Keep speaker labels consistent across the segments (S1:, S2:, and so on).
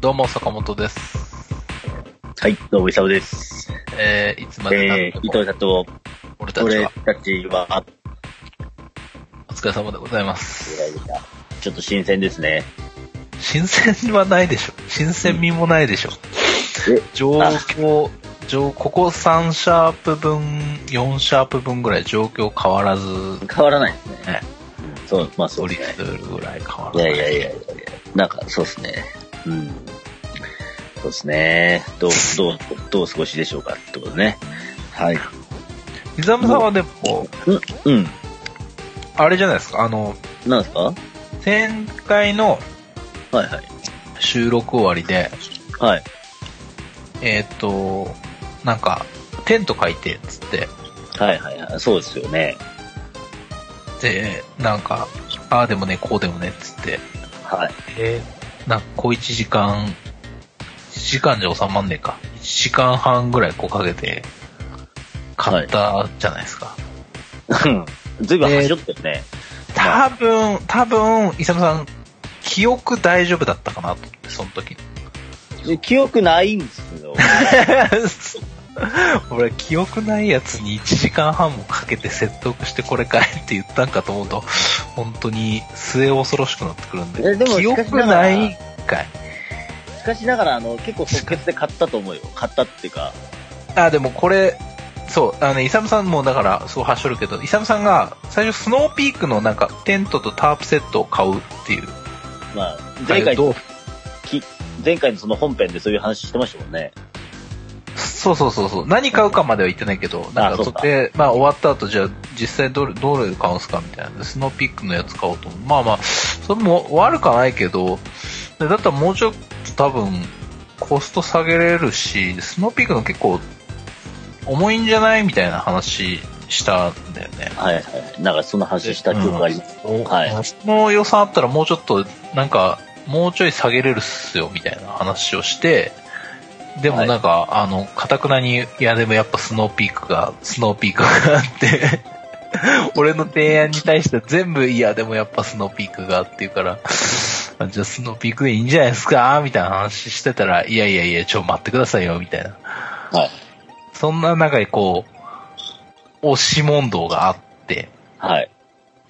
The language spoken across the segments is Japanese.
S1: どうも、坂本です。
S2: はい、どうも、イサムです。
S1: えー、いつまで
S2: え
S1: な
S2: ー、
S1: んで
S2: 伊
S1: も
S2: 藤さんと、
S1: 俺たち
S2: 俺
S1: は
S2: たちは、
S1: お疲れ様でございます。
S2: ちょっと新鮮ですね。
S1: 新鮮はないでしょ。新鮮味もないでしょ。
S2: え
S1: 状況、状、ここ3シャープ分、4シャープ分ぐらい状況変わらず、
S2: 変わらないですね。
S1: ね
S2: うんそう、まあそ
S1: ド
S2: うで
S1: リ
S2: すね。
S1: するぐらい変わ
S2: い
S1: らな
S2: や
S1: い。
S2: いやいやいやいやなんか、そうですね。うん。そうですね。どう、どう、どうお過ごしでしょうかってことね。はい。
S1: イザムさんはでも、
S2: うん、うん。
S1: あれじゃないですか、あの、
S2: なんですかはい
S1: 前回の
S2: はい。
S1: 収録終わりで、
S2: はい。
S1: えっ、ー、と、なんか、テント書いて、っつって、
S2: はいはいはい。そうですよね。
S1: で、なんか、ああでもね、こうでもね、っつって、
S2: はい。
S1: えー、なんか小1時間、1時間じゃ収まんねえか。1時間半ぐらいこうかけて、買ったじゃないですか。
S2: ずいぶん走ってるね。
S1: 多分、多分、イサムさん、記憶大丈夫だったかなと思って、その時。
S2: 記憶ないんですよ。
S1: 俺、記憶ないやつに1時間半もかけて説得してこれ買えって言ったんかと思うと、本当に末恐ろしくなってくるんで。
S2: えでも
S1: 記
S2: しかし
S1: 憶
S2: ながら
S1: ないかい。
S2: しかしながら、あの、結構即決で買ったと思うよ。買ったっていうか。
S1: あ、でもこれ、そう、あのね、イサムさんもだから、そうはしょるけど、イサムさんが、最初スノーピークのなんか、テントとタープセットを買うっていう。
S2: まあ、前回、
S1: どう
S2: き前回のその本編でそういう話してましたもんね。
S1: そうそうそうそう。何買うかまでは言ってないけど、なんか
S2: あ
S1: そ
S2: そうか
S1: れで、まあ終わった後、じゃあ実際どれ、どれ買うんすかみたいな。スノーピークのやつ買おうと思う。まあまあ、それも悪かないけど、でだったらもうちょっと多分、コスト下げれるし、スノーピークの結構、重いんじゃないみたいな話したんだよね。
S2: はいはい。なんかそんな話した記憶があります。はい
S1: この予算あったらもうちょっと、なんか、もうちょい下げれるっすよ、みたいな話をして、でもなんか、あの、かたくなに、いやでもやっぱスノーピークが、スノーピークがあって、 俺の提案に対して全部、いやでもやっぱスノーピークがって言うから、あじゃあスノーピークでいいんじゃないですかみたいな話してたら、いやいやいや、ちょ、待ってくださいよ、みたいな。
S2: はい。
S1: そんな中でこう、押し問答があって、
S2: はい。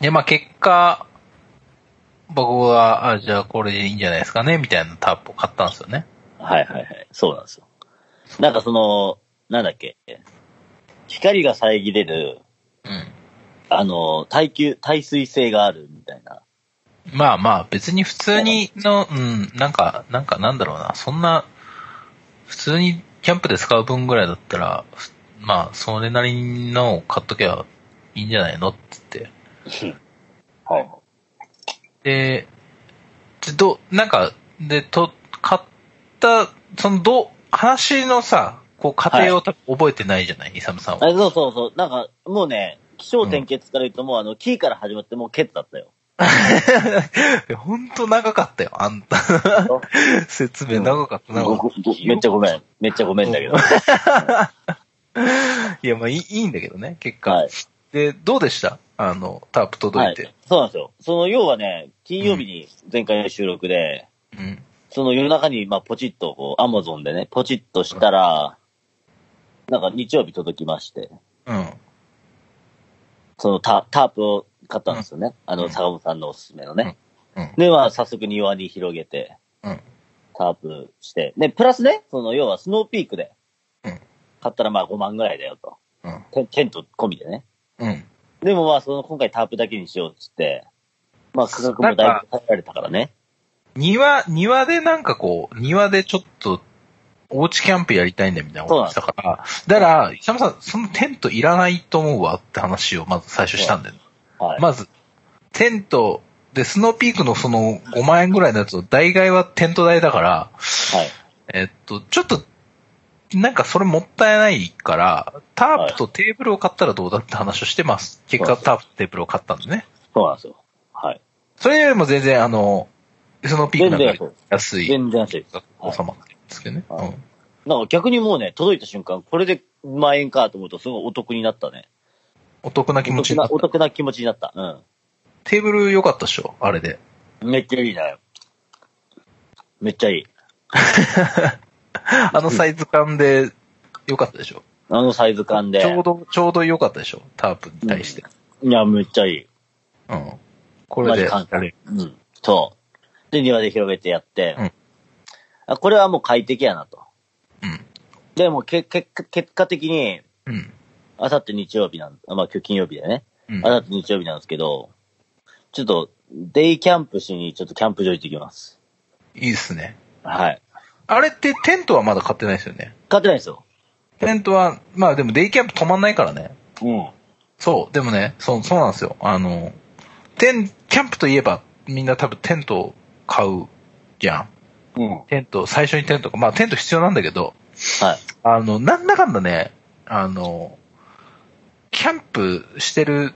S1: で、まあ結果、僕は、あ、じゃあこれでいいんじゃないですかね、みたいなタープを買ったんですよね。
S2: はいはいはい。そうなんですよ。なんかその、なんだっけ。光が遮れる、
S1: うん。
S2: あの、耐久、耐水性があるみたいな。
S1: まあまあ、別に普通にの、うん、なんか、なんかなんだろうな、そんな、普通にキャンプで使う分ぐらいだったら、ふまあ、それなりのを買っとけばいいんじゃないのって言って。
S2: はい。
S1: で、でど、なんか、で、と、買った、その、どう、話のさ、こう、過程を多分覚えてないじゃない、イサムさんは。
S2: あそうそうそう。なんか、もうね、気象点結から言うともう、あの、キーから始まってもうケツだったよ。
S1: ほんと長かったよ、あ んた。説明長かった、長かっ
S2: ごごめっちゃごめん。めっちゃごめんだけど。
S1: た。いや、まあいい、いいんだけどね、結果。
S2: はい。
S1: で、どうでしたあの、タープ届いて。
S2: はい。そうなんですよ。その、要はね、金曜日に前回の収録で、
S1: うん。
S2: その夜中に、まあ、ポチッと、こう、アマゾンでね、ポチッとしたら、なんか日曜日届きまして、
S1: うん。
S2: そのタタープを買ったんですよね。あ
S1: うん
S2: の、坂本さんのおすすめのね。
S1: うん。
S2: で、まあ、早速庭に広げて、
S1: うん。
S2: タープして。で、プラスね、その、要はスノーピークで
S1: うん、
S2: 買ったらまあ5万ぐらいだよと。
S1: うん。
S2: テテント込みでね。
S1: うん。
S2: でもまあ、その、今回タープだけにしようっつって、まあ、価格もだいぶ下げられたからね。
S1: 庭、庭でなんかこう、庭でちょっと、おうちキャンプやりたいんだみたいなこと言ってたから、だから、イサムさん、そのテントいらないと思うわって話をまず最初したんだよ。
S2: はい。
S1: まず、テント、で、スノーピークのその5万円ぐらいのやつを、代替はテント代だから、
S2: はい。
S1: えっと、ちょっと、なんかそれもったいないから、タープとテーブルを買ったらどうだって話をしてます。結果
S2: そう
S1: タープとテーブルを買ったんでね。
S2: そうなんですよ。はい。
S1: それよりも全然あの、スノーピークなんかより安い
S2: 全然安いです。はい
S1: 収まってるんですけどね。
S2: はい
S1: うん
S2: なんか逆にもうね、届いた瞬間、これで万円かと思うと、すごいお得になったね。
S1: お得な気持ちになっ
S2: お
S1: た。
S2: 得な気持ちになった。う
S1: テーブル良かったっしょあれで。
S2: ん。めっちゃいいね。めっちゃいい。
S1: あのサイズ感で良かったでしょ。
S2: あのサイズ感で。
S1: ちょうど、ちょうど良かったでしょ。タープに対して。
S2: いや、めっちゃいい。
S1: うん。これで
S2: マジ
S1: や
S2: 簡
S1: れる。
S2: うん。そう。で、庭で広げてやって、
S1: うん
S2: あこれはもう快適やなと。
S1: うん。
S2: で、もうけ結果結果的に、
S1: うん。
S2: あさって日曜日なん、あまあ今日金曜日だよね。
S1: うん
S2: あさって日曜日なんですけど、ちょっと、デイキャンプしに、ちょっとキャンプ場行ってきます。
S1: いいですね。
S2: はい。
S1: あれってテントはまだ買ってないですよね。
S2: 買ってないですよ。
S1: テントは、まあでもデイキャンプ止まんないからね。
S2: うん。
S1: そう、でもね、そう、そうなんですよ。あの、テン、キャンプといえば、みんな多分テントを買うじゃん。
S2: うん。は
S1: テント、最初にテントか、まあテント必要なんだけど、
S2: い。
S1: あの、なんだかんだね、あの、キャンプしてる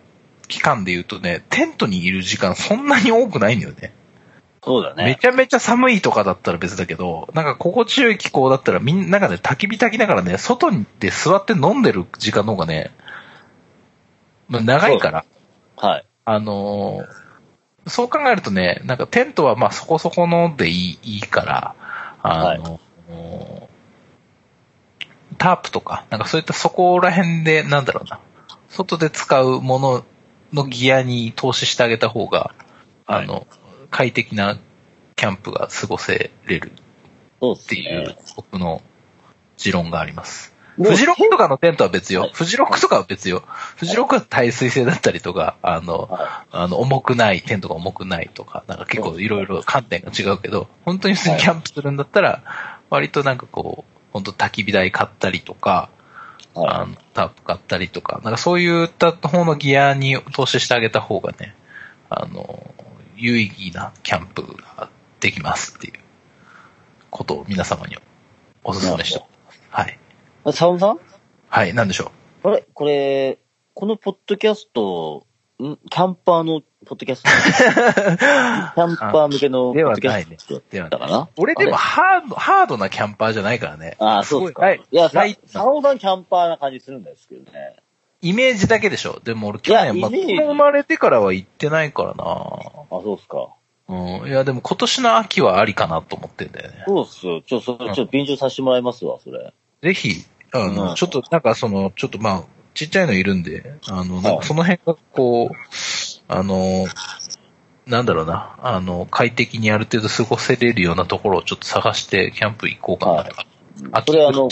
S1: 期間で言うとね、テントにいる時間そんなに多くないんだよね。
S2: そうだ
S1: め
S2: ね。
S1: ちゃめちゃ寒いとかだったら別だけど、なんか心地よい気候だったらみんながね、焚き火焚きながらね、外で座って飲んでる時間の方がね、まあ長いから、
S2: はい。
S1: あのーそう考えるとね、なんかテントはまあそこそこのでいいいいから、あのタープとか、なんかそういったそこら辺で、なんだろうな、外で使うもののギアに投資してあげた方が、あの、快適なキャンプが過ごせれる
S2: そうっ
S1: っ
S2: す
S1: ていう、
S2: ね。
S1: 僕の持論があります。
S2: もう
S1: フジロックとかのテントは別
S2: は
S1: よ
S2: い。
S1: フジロックとかは別よ。フジロックは耐水性だったりとか、あの、
S2: は
S1: あの、重くない、テントが重くないとか、なんか結構いろいろ観点が違うけど、本当に普通にキャンプするんだったら、割となんかこう、本当焚き火台買ったりとか、
S2: い。はい
S1: あの、タープ買ったりとか、なんかそういった方のギアに投資してあげた方がね、あの、有意義なキャンプができますっていうことを皆様にお勧めしております。はい。
S2: あ。サオンさん
S1: はい、なんでしょ
S2: あれこれ、このポッドキャスト、んキャンパーのポッドキ ャストキャンパー向けのポッドキャスト
S1: うでは
S2: だかな
S1: 俺でも
S2: あれ
S1: ハード、ハードなキャンパーじゃないからね。
S2: ああ、そうですか。
S1: はい
S2: い、や、さ
S1: ライ、
S2: サオさんキャンパーな感じするんですけどね。
S1: イメージだけでしょ。でも俺去年、
S2: い
S1: ま
S2: や
S1: あ、子
S2: イメージ
S1: 供生まれてからは行ってないからな
S2: あ、そうですか。
S1: うん。いや、でも今年の秋はありかなと思ってんだよね。
S2: そうっすよ。ちょ、それ、ちょっと便乗させてもらいますわ、それ。
S1: ぜひ、あの、
S2: うん
S1: ちょっとなんかその、ちょっとまあ、ちっちゃいのいるんで、あの、なんかその辺がこう、あの、なんだろうな、あの、快適にある程度過ごせれるようなところをちょっと探してキャンプ行こうかなとか、あ
S2: それ、あの、
S1: 思っ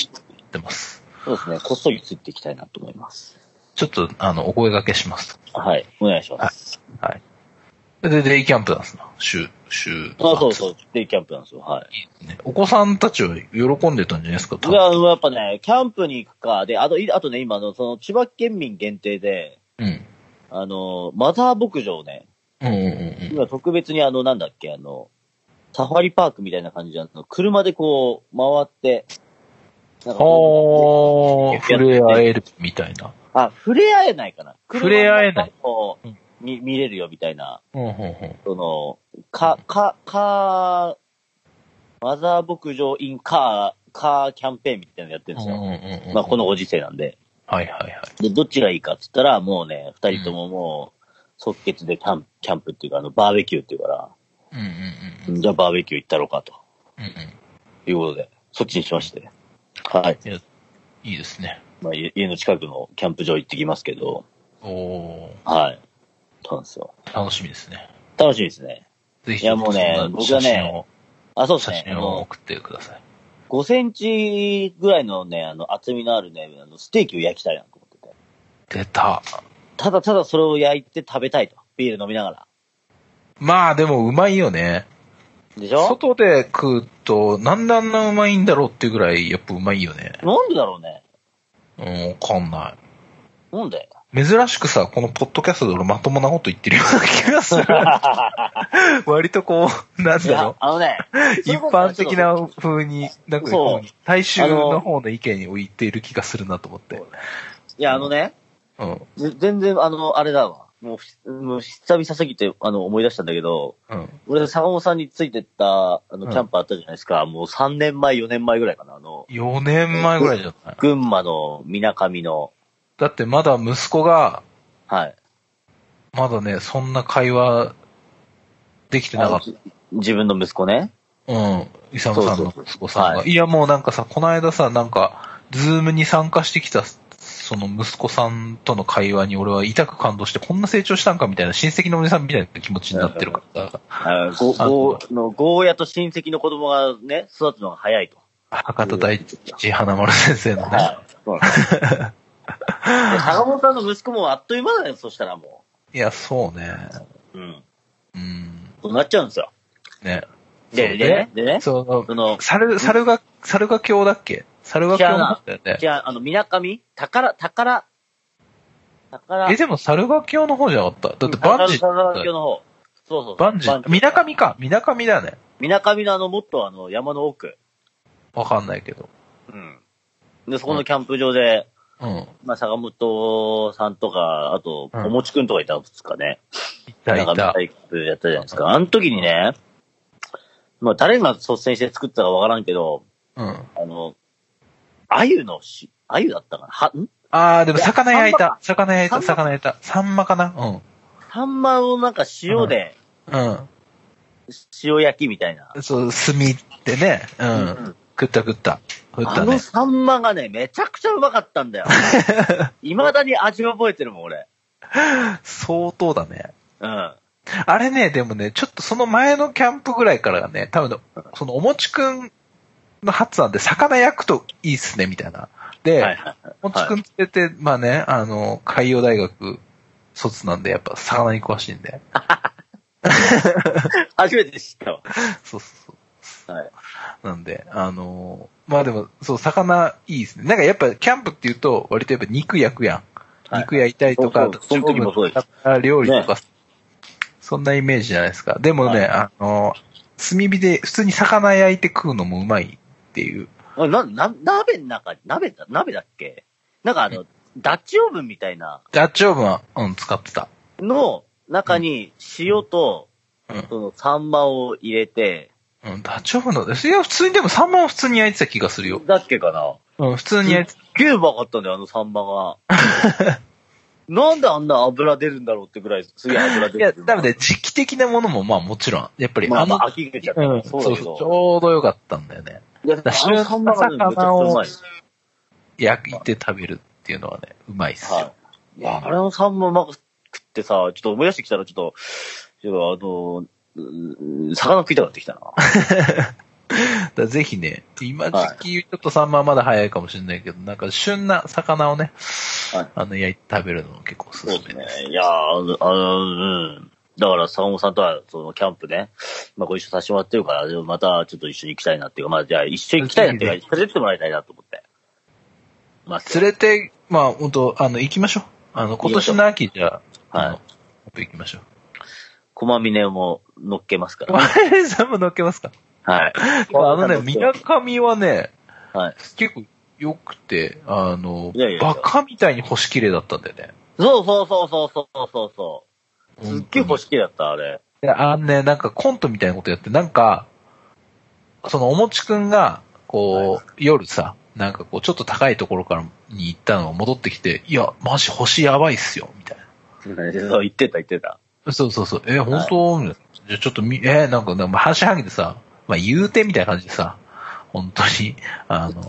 S1: てます。
S2: そうですね、こっそりついていきたいなと思います。
S1: ちょっと、あの、お声掛けします。
S2: はい、お願いします。
S1: はい。で、デイキャンプなんですな。週、週。
S2: あそうそう、デイキャンプなんですよ、はい。
S1: ねお子さんたちは喜んでたんじゃないですか、多
S2: い
S1: 分
S2: や、やっぱね、キャンプに行くか、で、あと、いあとね、今あの、その、千葉県民限定で、
S1: うん。
S2: あの、マザー牧場をね、
S1: うんうんうんうん。
S2: 今特別にあの、なんだっけ、あの、サファリパークみたいな感じで、あの、車でこう、回って、なんかこ
S1: はあ、触れ合えるみたいな。
S2: うあ、触れ合えないかな。
S1: 触れ合えない。
S2: こ
S1: うん
S2: う、見、見れるよみたいな、
S1: うんうんうん。
S2: その、か、か、か、マザー牧場インカー、カーキャンペーンみたいなのやってるんですよ。まあ、このご時世なんで。
S1: はいはいはい。
S2: で、どっちがいいかって言ったら、もうね、二人とももう、即決でキャンプ、キャンプっていうか、あの、バーベキューっていうから、
S1: うんうんうん。
S2: じゃあバーベキュー行ったろうかと。
S1: うんう
S2: いうことで、そっちにしまして。はい。
S1: ん。いや、いいですね。
S2: まあ、家家の近くのキャンプ場行ってきますけど、
S1: おー、
S2: はい。そうなんですよ。
S1: 楽しみですね。
S2: 楽しみですね。
S1: ぜひ、
S2: いやもうね
S1: そんな
S2: 僕はね
S1: 写真を
S2: あ、そうです
S1: 写
S2: ね。あ
S1: 真を
S2: の、
S1: 送ってください。
S2: 5センチぐらいのね、あの、厚みのあるね、あのステーキを焼きたいなと思ってて。
S1: 出た。
S2: ただただそれを焼いて食べたいと。ビール飲みながら。
S1: まあでもうまいよね。
S2: でしょ
S1: 外で食うと、なんであんなうまいんだろうっていうぐらい、やっぱうまいよね。
S2: なんでだろうね。
S1: うん、わかんない。
S2: なんで
S1: 珍しくさ、このポッドキャストで俺まともなこと言ってるような気がす る。割とこう、なん
S2: い
S1: だろ
S2: や、あのね、
S1: う。 一般的な風に、なんかこう
S2: そ
S1: 大衆の方の意見を言っている気がするなと思って。
S2: いや、あのね、
S1: うん。
S2: ぜ全然、あの、あれだわ。もうふし、もう久々すぎて、あの、思い出したんだけど、
S1: うん。
S2: 俺、坂本さんについてった、あ
S1: う
S2: の、
S1: ん
S2: キャンプあったじゃないですか。もう3年前、4年前ぐらいかな。あの、
S1: 4年前ぐらいじゃない
S2: 群馬の水上の、
S1: だってまだ息子が、
S2: はい。
S1: まだね、そんな会話できてなかっ
S2: あの自分の息子ね。
S1: た。うん。イサムさんの
S2: そうそうそう
S1: 息子さんが。
S2: はい
S1: や、もうなんかさ、この間さ、なんか、ズームに参加してきた、その息子さんとの会話に俺は痛く感動して、こんな成長したんかみたいな、親戚のおじさんみたいな気持ちになってるから、
S2: あゴゴーのゴーヤと親戚の子供がね、育つのが早いと。
S1: 博多大地花丸先生のね。
S2: はい。そうなんです。で坂本さんの息子もあっという間だよ、そしたらも
S1: いや、そうね。
S2: う。うん。
S1: うん。
S2: そうなっちゃうんですよ。
S1: ね。
S2: で、でね、でね、そ
S1: その、
S2: の、
S1: 猿、猿が、猿が教だっけ猿が教なんだよね。
S2: じゃあ、あの、みなかみ宝、宝、宝、
S1: え、でも猿が教の方じゃなかっただってバンジー
S2: 宝宝教の方。そうそうそう。
S1: バンジー、みなかみか、みなかみだね。
S2: みなかみのあの、もっとあの、山の奥。
S1: わかんないけど。
S2: うん。で、そこのキャンプ場で、
S1: うん。
S2: まあ、坂本さんとか、あと、
S1: うん
S2: おもちくんとかいたんですかね。
S1: いたい
S2: なんか
S1: た。
S2: 体育やったじゃないですか。あの時にね、まあ、誰が率先して作ったかわからんけど、
S1: うん。
S2: あの、鮎のし、鮎だったかなは、ん
S1: あー、でも魚焼い
S2: いや
S1: た。魚焼いた。
S2: サン
S1: 魚焼いた。サンマかな
S2: サンマをなんか塩で、
S1: うん。
S2: 塩焼きみたいな。
S1: うん。そう、炭ってね。う。
S2: うん
S1: 食った食った。食っ
S2: あ
S1: た
S2: の
S1: ね。
S2: サンマがね、めちゃくちゃうまかっ たんだよ。未だに味覚えてるもん、俺。
S1: 相当だね。
S2: うん。
S1: あれね、でもね、ちょっとその前のキャンプぐらいからがね、多分ね、そのおもちくんの発案で魚焼くといいっすね、みたいな。で、
S2: はいはい。
S1: おもちくん連れて、まあね、あの、海洋大学卒なんで、やっぱ魚に詳しいんで。
S2: 初めて知ったわ。
S1: そうそうそう。
S2: はい
S1: なんで、あのーまあでも、そう、魚いいですね。なんかやっぱキャンプっていうと、割とやっぱ肉焼くやん。
S2: はい
S1: 肉焼いたりとか、
S2: そうそうその時もそうです
S1: す。料理とか、そんなイメージじゃないですか。でもね、
S2: はい
S1: あのー炭火で普通に魚焼いて食うのもうまいっていう。
S2: あな、な、鍋の中に、鍋だ、鍋だっけなんかあの、ダッチオーブンみたいな
S1: ダッチオーブンは、うん、使ってた。
S2: の中に塩と、
S1: うん
S2: そのサンマを入れて、
S1: うん、ダッチオーブンのです。いや、普通にでもサンマは普通に焼いてた気がするよ。
S2: だっけかな
S1: うん、普通に焼いてた。
S2: すっげえうまかったんだよ、あのサンマ が。なんであんな油出るんだろうってぐらい、すげえ油出
S1: い
S2: て
S1: や、
S2: る。
S1: 多分ね、時期的なものもまあもちろん、やっぱり
S2: まあ
S1: あの
S2: まあ、飽きちゃった
S1: うん、
S2: そう
S1: そ
S2: だ
S1: う
S2: け
S1: そう、
S2: ど
S1: ち。ょうどよかったんだよね。
S2: いや、あのサンマがねめちゃくちゃうまい。
S1: 焼いて食べるっていうのはね、うまいっすよ
S2: は。い。いや、あれのサンマうまく食ってさ、ちょっと思い出してきたら、ちょっと、ちょっとあの、うん魚食いたくなってきたな。
S1: だからぜひね、今時期、ちょっとサンマはまだ早いかもしれないけど、なんか旬な魚をね、
S2: はい
S1: あの、焼いて食べるのも結構おすす
S2: そ
S1: め
S2: うです
S1: で
S2: ね
S1: す。。
S2: いやーあの、あの、うん。だから、坂本さんとは、その、キャンプね、まあ、ご一緒させてもらってるから、でもまた、ちょっと一緒に行きたいなっていうか、まあ、じゃあ、一緒に行きたいなっていうか、連れてってもらいたいなと思って。まあ、
S1: 連れて、まあ、本当あの、行きましょう。あの、今年の秋じゃあ、
S2: は
S1: あ
S2: い
S1: の、やっぱ行きましょう。
S2: 駒峰も乗っけま すから。
S1: マレーさんも乗っけますか
S2: はい。
S1: あのね、みなかみはね、
S2: はい
S1: 結構良くて、あの
S2: いやいやい、や
S1: バカみたいに星綺麗だったんだよね。
S2: そうそうそうそうそうそうそう。すっげえ
S1: 本当に
S2: 星きだった、あれ。
S1: いやあのね、なんかコントみたいなことやって、なんか、そのおもちくんが、こう、夜さ、なんかこう、ちょっと高いところからに行ったのが戻ってきて、いや、マジ星やばいっすよ、みたい
S2: そう、言ってた言っ てた。
S1: な。そうそうそう、え、本当、みたいなじゃあちょっとみ、えなんか、なんか半信半疑でさ、まあ言うてみたいな感じでさ、本当に、あ の、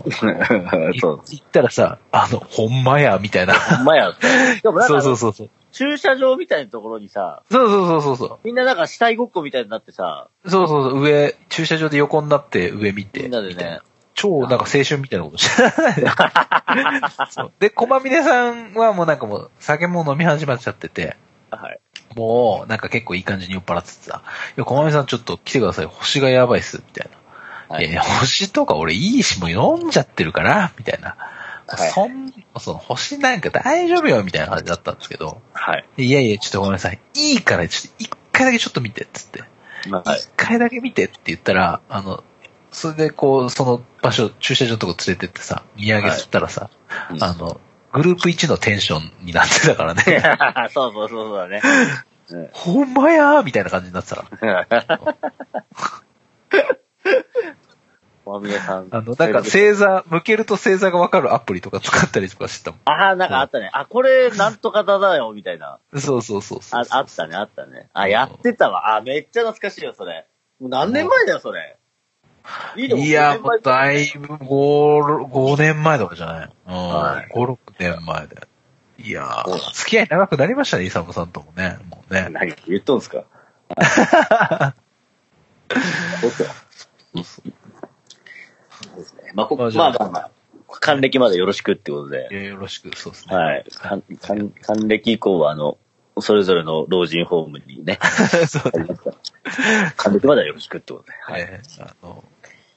S2: そう。
S1: 行ったらさ、あの、ほんまや、みたいな。
S2: ほんまや。でもなん
S1: そうそ
S2: か
S1: う、そうそう。
S2: 駐車場みたいなところにさ、
S1: そうそうそうそう。
S2: みんななんか死体ごっこみたいになってさ、
S1: そうそうそう、上、駐車場で横になって上見て。
S2: みんなで
S1: みたい
S2: ね、
S1: 超なんか青春みたいな ことしてたそうで、駒峰さんはもうなんかもう酒も飲み始まっちゃってて、
S2: はい。
S1: もうなんか結構いい感じに酔っ払っててさ、いや、駒峰さんちょっと来てください、星がやばいっす、みたいな。
S2: はい
S1: い、やいや、星とか俺いいし、もう飲んじゃってるから、みたいな。
S2: はい
S1: そん、その星なんか大丈夫よ、みたいな感じだったんですけど、
S2: はい。
S1: いやいや、ちょっとごめんなさい、いいから、ちょっと一回だけちょっと見て、つって。
S2: はい
S1: 一。回だけ見てって言ったら、あの、それでこう、その場所、駐車場のとこ連れてってさ、見上げてったらさ、
S2: うん
S1: あの、グループ1のテンションになってたから ね、
S2: そうそうそうそうだね。
S1: ほんまやーみたいな感じになってたから。
S2: まみれさん。
S1: あの、なんか
S2: せ
S1: 星座、向けると星座がわかるアプリとか使ったりとかしてたも
S2: ああ、なんかあったね。あ、これ、なんとかだだよ、みたいな。
S1: ん。そうそうそうそう
S2: あ、あったね、あったね。あ、やってたわ。あ、めっちゃ懐かしいよ、それ。もう何年前だよ、それ。いいの
S1: いや、も
S2: もう
S1: うだいぶ5、5年前とかじゃないうん。
S2: は
S1: 5、6年前で。いや
S2: そう
S1: ー、付き合い長くなりましたね、イサムさんともね。もうね。
S2: 何言っとんすか そうっすよそうですねまあ、こ
S1: ま
S2: ま
S1: あ
S2: あ
S1: じゃあ
S2: まあまあ、還暦までよろしくってことで
S1: い。やよろしく、そうですね。
S2: はい。還還還暦以降は、あの、それぞれの老人ホームにね、
S1: そう
S2: ありますから還暦まではよろしくってことで。は。
S1: はいい。あの、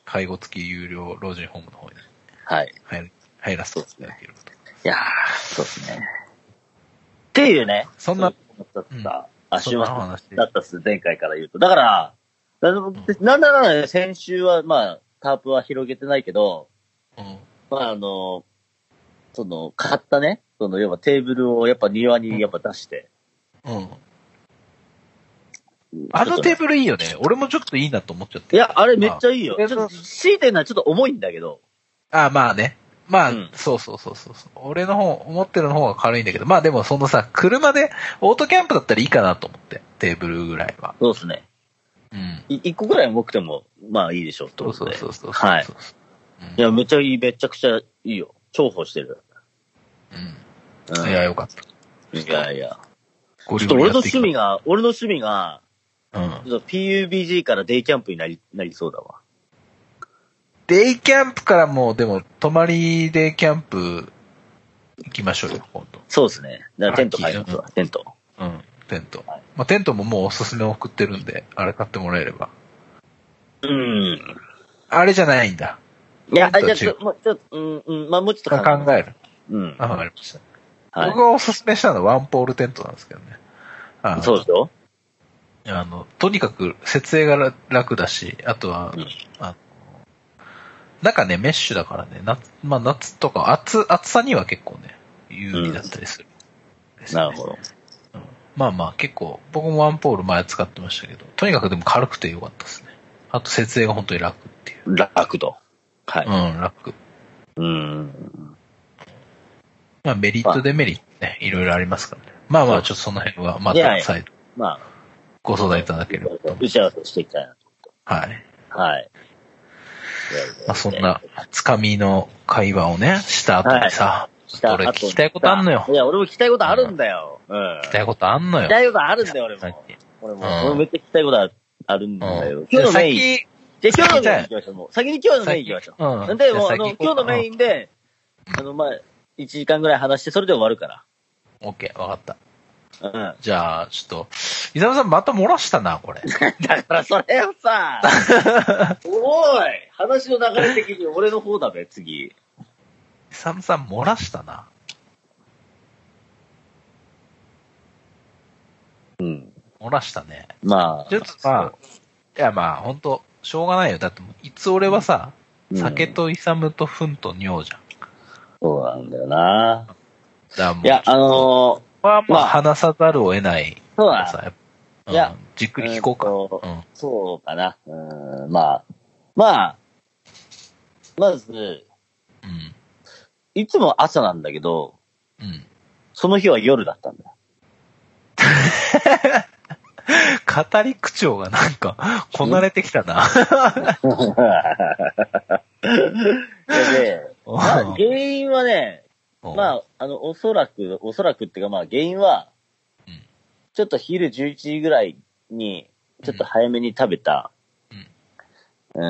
S1: 介護付き有料老人ホームの方に
S2: はい。
S1: 入入らせていただけると。
S2: いやー、そうですね。っていうね。
S1: そんな
S2: だっ
S1: うん
S2: た。あ、週
S1: そん
S2: 末
S1: な
S2: だ
S1: 話
S2: ったっす、前回から言うと。だから、だなんだかんだ先週は、まあ、タープは広げてないけど、
S1: うん。
S2: まあ、あの、その、買ったね、その、要はテーブルをやっぱ庭にやっぱ出して。
S1: うん。あのテーブルいいよね。俺もちょっといいなと思っちゃって。
S2: いや、あれめっちゃいいよ。
S1: まあ
S2: ちょっと、強いてるのはちょっと重いんだけど。
S1: あまあね。まあ、
S2: うん
S1: そうそうそうそうそう。俺の方、思ってるの方が軽いんだけど、まあでもそのさ、車で、オートキャンプだったらいいかなと思って、テーブルぐらいは。
S2: そうですね。
S1: うん。
S2: い一個ぐらい重くても、まあいいでしょうって
S1: そ
S2: こ
S1: うそ
S2: と
S1: う
S2: で。
S1: そうそう。
S2: はい。
S1: うん
S2: いや、めっちゃいい、めちゃくちゃいいよ。重宝してる。う
S1: うんん。いや、よかった。
S2: いやいや。
S1: ゴ
S2: ち
S1: リ
S2: ょっと
S1: ゴリ
S2: 俺
S1: や
S2: の
S1: っていき
S2: 趣味が、俺の趣味が、
S1: たうん。
S2: ちょっと PUBG からデイキャンプになり、なりそうだわ。
S1: デイキャンプからもう、でも、泊まりデイキャンプ、行きましょうよ、今度。
S2: そうですね。だからテント
S1: あ聞
S2: 買
S1: い
S2: い
S1: た
S2: ますわ、テント。
S1: うん、テント。
S2: はい
S1: まあ、テントももうおすすめ送ってるんで、あれ買ってもらえれば。
S2: うん。
S1: あれじゃないんだ。
S2: いや、
S1: テント
S2: じゃあ
S1: 中
S2: ちょっと、もうちょっと、うん、うん、まあもうちょっと
S1: 考
S2: 考え
S1: える。
S2: うん。
S1: あ、わかりました。
S2: はい
S1: 僕。がおすすめしたのはワンポールテントなんですけどね。あの
S2: そうでしょ
S1: あの、とにかく設営が楽だし、あとは、
S2: うん
S1: あの、中ね、メッシュだからね、夏、まあ夏とか、暑、暑さには結構ね、有利だったりする、ですね
S2: なるほど。
S1: まあまあ結構、僕もワンポール前使ってましたけど、とにかくでも軽くてよかったですね。あと設営が本当に楽っていう。
S2: 楽と。はい。
S1: うん、楽。
S2: うん。
S1: まあメリット、デメリットね、いろいろありますからね。まあま
S2: そ
S1: あ
S2: う
S1: ちょっとその辺は、ま
S2: いやい
S1: た
S2: や
S1: 再度
S2: まあ、
S1: ご相談いただければと思い
S2: 打ち合わせしていきたいな。
S1: ます。はい。
S2: はい。
S1: まあそんな、つかみの会話をね、した後にさ、ちょっと俺
S2: あ
S1: 聞きたいことあんのよ
S2: い。や、俺も聞きたいことあるんだよ。うん。
S1: 聞きたいことあんの
S2: 聞
S1: よ
S2: き。たいことあるんだよ、俺も。俺も。
S1: うん
S2: 俺もめっちゃ聞きたいことあるんだ
S1: う
S2: よ
S1: ん。。
S2: 今日のメイン。
S1: 先、
S2: じゃあ今日のメイン行きましょう。もう先に今日のメイン行きましょ
S1: う
S2: う。
S1: ん。
S2: で、もう、あの、
S1: 先
S2: 今日のメ
S1: ン。
S2: インで、あの、まあ、1時間ぐらい話して、それで終わるか
S1: オッケー、わかった。
S2: ら。うん。
S1: じゃあ、ちょっと、伊沢さんまた漏らしたな、これ。
S2: だから、それを さ、おい話の流れ的に俺の方だべ、次。
S1: サムさん漏らしたな。
S2: うん。
S1: 漏らしたね。
S2: まあ。
S1: ちょっとまあ、いやまあ、本当しょうがないよ。だってもう、いつ俺はさ、
S2: うん
S1: 酒とイサムとフンと尿じゃん。
S2: そうなんだよな。
S1: だからもう、
S2: いや、あの
S1: これはま
S2: ま
S1: あ
S2: あ
S1: 話さざるを得ない
S2: ー、そう
S1: から
S2: だ
S1: さ、やっぱ
S2: いや
S1: うんじっくり聞こうか。うん。
S2: そうかな。うん、まあ。まあ、まず、
S1: うん。
S2: いつも朝なんだけど、
S1: うん。
S2: その日は夜だったんだよ。
S1: 語り口調がなんか、こなれてきたな。
S2: で、
S1: うん
S2: まあ、原因はね、
S1: あ、
S2: まあ、あの、おそらく、おそらくっていうか、まあ、原因は
S1: うん、
S2: ちょっと昼11時ぐらいに、ちょっと早めに食べた、うー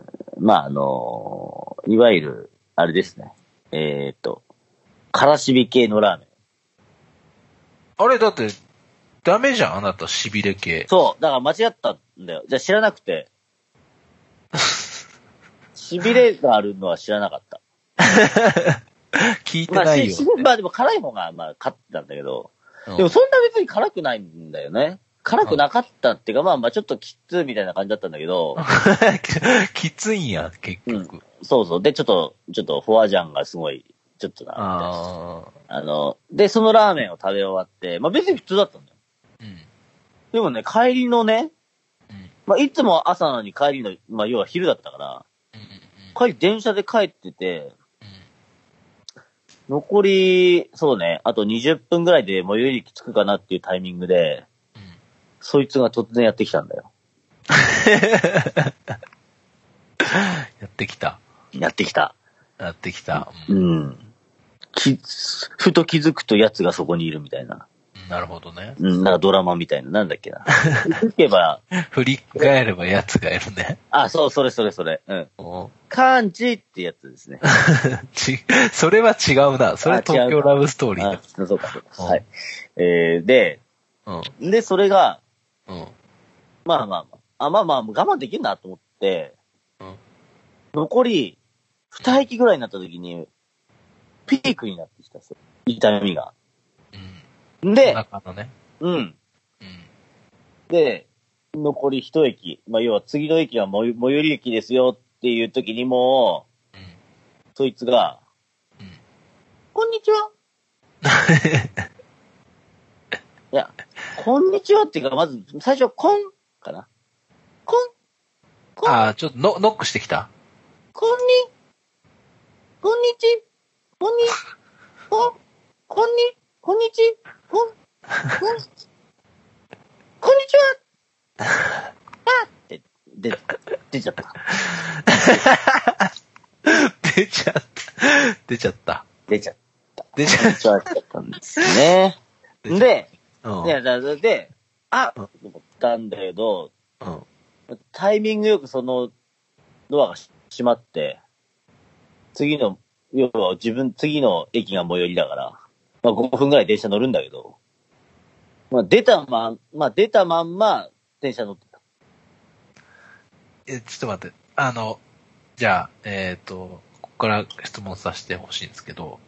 S2: ん、まあ、あのーいわゆる、あれですね、えーっと、からしび系のラーメン。
S1: あれだって、ダメじゃん、あなた、痺れ系。
S2: そう、だから間違ったんだよ。じゃあ知らなくて。 痺れがあるのは知らなかった。
S1: 聞いて
S2: ま
S1: な
S2: あ、
S1: い
S2: し
S1: よ
S2: し。まあでも辛い方が、まあ、勝ってたんだけど、でもそんな別に辛くないんだよね。辛くなかったっていうか、まあまあちょっときつみたいな感じだったんだけど、
S1: きついんや、結局。
S2: そうそう。で、ちょっと、ちょっとフォアジャンがすごい、ちょっとな、みたいな
S1: あ
S2: あの、で、そのラーメンを食べ終わって、まあ別に普通だったんだよ。
S1: あ。うん。
S2: でもね、帰りのね
S1: うん、
S2: まあいつも朝なのに帰りの、まあ要は昼だったから、
S1: うんうん
S2: 帰り電車で帰ってて、
S1: うん
S2: 残り、そうね、あと20分ぐらいで最寄り駅着くかなっていうタイミングで、
S1: うん
S2: そいつが突然やってきたんだよ。
S1: ってきた。
S2: やってきた。
S1: やってきた。う
S2: うんん。き、ふと気づくと奴がそこにいるみたいな。
S1: なるほどね。
S2: うん、なんかドラマみたいな。なんだっ けな。気づけば、
S1: 振り返れば奴がいるね。
S2: あ、そう、それそれそれ。うん。
S1: も
S2: 漢字ってやつですね。
S1: う ちそれは違うな。それは東京ラブストーリー
S2: あ
S1: だ。
S2: そうか、そうか。
S1: うん
S2: はい。えー、で、
S1: うん。
S2: で、それが、
S1: うん。
S2: まあまあまあ、あまあまあ、我慢できるなと思って、
S1: うん
S2: 残り、二駅ぐらいになった時に、ピークになってきたんですよ。痛みが。
S1: うん。
S2: で、
S1: なかなかね。
S2: うん。
S1: うん。
S2: で、残り一駅、まあ、要は次の駅は最最寄り駅ですよっていう時にも
S1: うん
S2: う、そいつが、
S1: うん
S2: こんにち はいや、こんにちはっていうか、まず、最初、こんかな。こん、こん、
S1: ああ、ちょっとノノックしてきた。
S2: こんに、こんにち、こんに、こん、こんに、こんにち、こん、こん、こんにちはあって、で、出ちゃった。
S1: 出ちゃった。 出ちゃった。
S2: 出ちゃっ
S1: 出ち
S2: た。
S1: ゃっ
S2: 出ちゃったんですね。
S1: 出ち
S2: で、
S1: た。うん。
S2: ね、だで、あ
S1: うん
S2: と思ったんだけど、
S1: うん。
S2: タイミングよくそのドアが閉まって、次の、要は自分、次の駅が最寄りだから、まあ5分ぐらい電車乗るんだけど、まあ出たまん、まあ出たまんま電車乗ってた。
S1: え、ちょっと待って。あの、じゃあ、えっ、と、ここから質問させてほしいんですけど、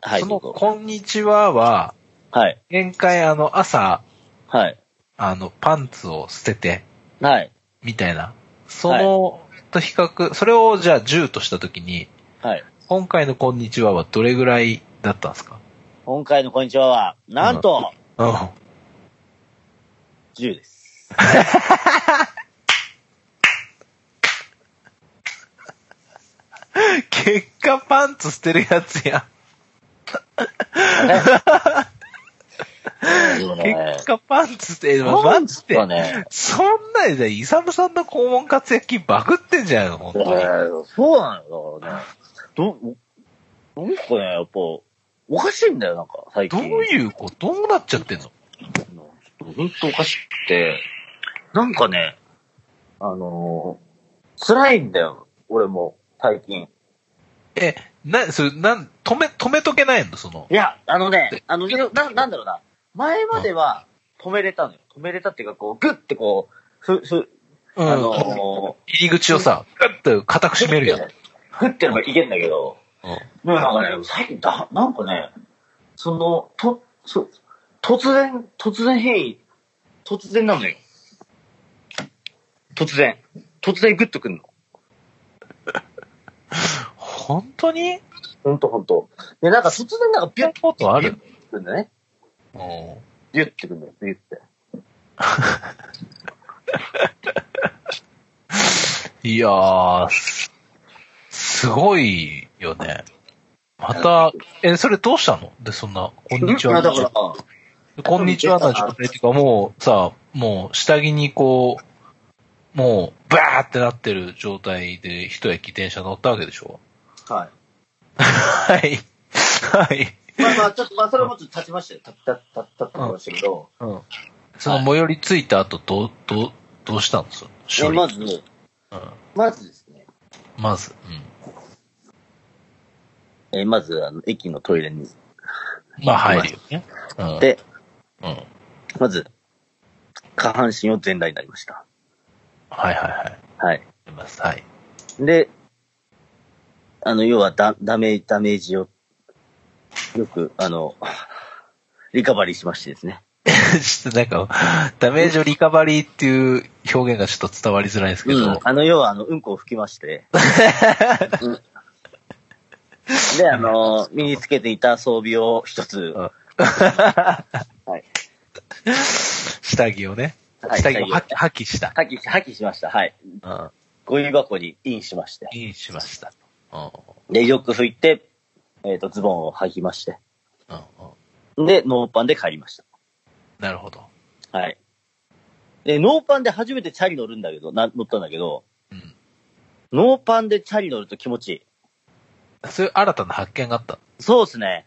S2: はい。
S1: その、
S2: どうぞ
S1: こんにちはは、
S2: はい。
S1: 限界あの、朝、
S2: はい。
S1: あの、パンツを捨てて、
S2: はい。
S1: みたいな。その、と比較、それをじゃあ10としたときに、
S2: はい。
S1: 今回のこんにちははどれぐらいだったんですか
S2: 今回のこんにちはは、なんと、
S1: うん。
S2: 10です。
S1: 結果パンツ捨てるやつやん。
S2: でもね
S1: 結、果パンツ捨て、え
S2: パ
S1: マ
S2: ン
S1: ジ
S2: ツ
S1: で
S2: は。ね、
S1: そんなんじゃ、イサムさんの肛門活躍金バグってんじゃないの本当に。
S2: そうなのよ、だからね。ど、なんかね、やっぱ、おかしいんだよ、なんか、最
S1: どう
S2: 近。
S1: いうことどうなっちゃってんの
S2: ほんとおかしくて、なんかね、あのー辛いんだよ、俺も、最近。
S1: え、な、それ、なん、止め、止めとけないのその。
S2: いや、あのね
S1: で、
S2: あの、な、なんだろうな。前までは止めれたのよ。止めれたっていうか、こう、グッてこう、ふ、ふ、
S1: うん。
S2: あの
S1: 入り口をさ、グッと固く
S2: ー、
S1: 閉めるやん。う
S2: グッてねグッてのがいけんだけど、
S1: ん。
S2: でもなんかね、最近だ、なんかね、その、と、そ突然、突然変異、突然なのよ。突然。突然グッとくんの。
S1: 本当に
S2: ほんとほんと。で、なんか突然なんかビュッて
S1: ことある
S2: くるんだね。
S1: うん。
S2: ビュッてくるんだよ、ビュッて。
S1: いやー、すすごいよね。また、え、それどうしたので、そんな、こんにちは
S2: だから、
S1: こんにちはな状態っていうか、もうさ、もう下着にこう、もう、バーってなってる状態で一駅電車乗ったわけでしょ
S2: はい。
S1: はい。はい。
S2: まあまあ、ちょっと、まあ、それもちょっと立ちましたよ。立った、立ったってましたけど。
S1: うん。その最寄り着いた後、どう、どう、どうしたんです
S2: え
S1: 処理
S2: まず、
S1: うん
S2: まずですね。
S1: まず、
S2: えまず、あの、駅のトイレに。
S1: うん。まあ入るよね。うん。
S2: で、
S1: うん。
S2: まず、下半身を全裸になりました。
S1: はいはいはい。
S2: はい。
S1: います。はい。
S2: で、あの、要はダダメ、ダメージを、よく、あの、リカバリーしましてですね。
S1: ちょっとなんか、ダメージをリカバリーっていう表現がちょっと伝わりづらいんですけど、
S2: うんあの、要は、あの、うんこを吹きまして。うんで、あの、身につけていた装備を一 つ、
S1: うん
S2: はい。
S1: 下着をね、
S2: はい
S1: 下着を
S2: 下
S1: 破棄破棄
S2: 着
S1: した。
S2: 破棄し、破棄しました。はい。
S1: うん。
S2: ゴミ箱にインしまして。
S1: インしました。うん。うん
S2: で、よく拭いて、えっ、と、ズボンを履きまして。
S1: うん。
S2: で、ノーパンで帰りました。
S1: なるほど。
S2: はい。で、ノーパンで初めてチャリ乗るんだけど、な乗ったんだけど、
S1: うん。
S2: ノーパンでチャリ乗ると気持ちいい。
S1: そういう新たな発見があった。
S2: そうですね。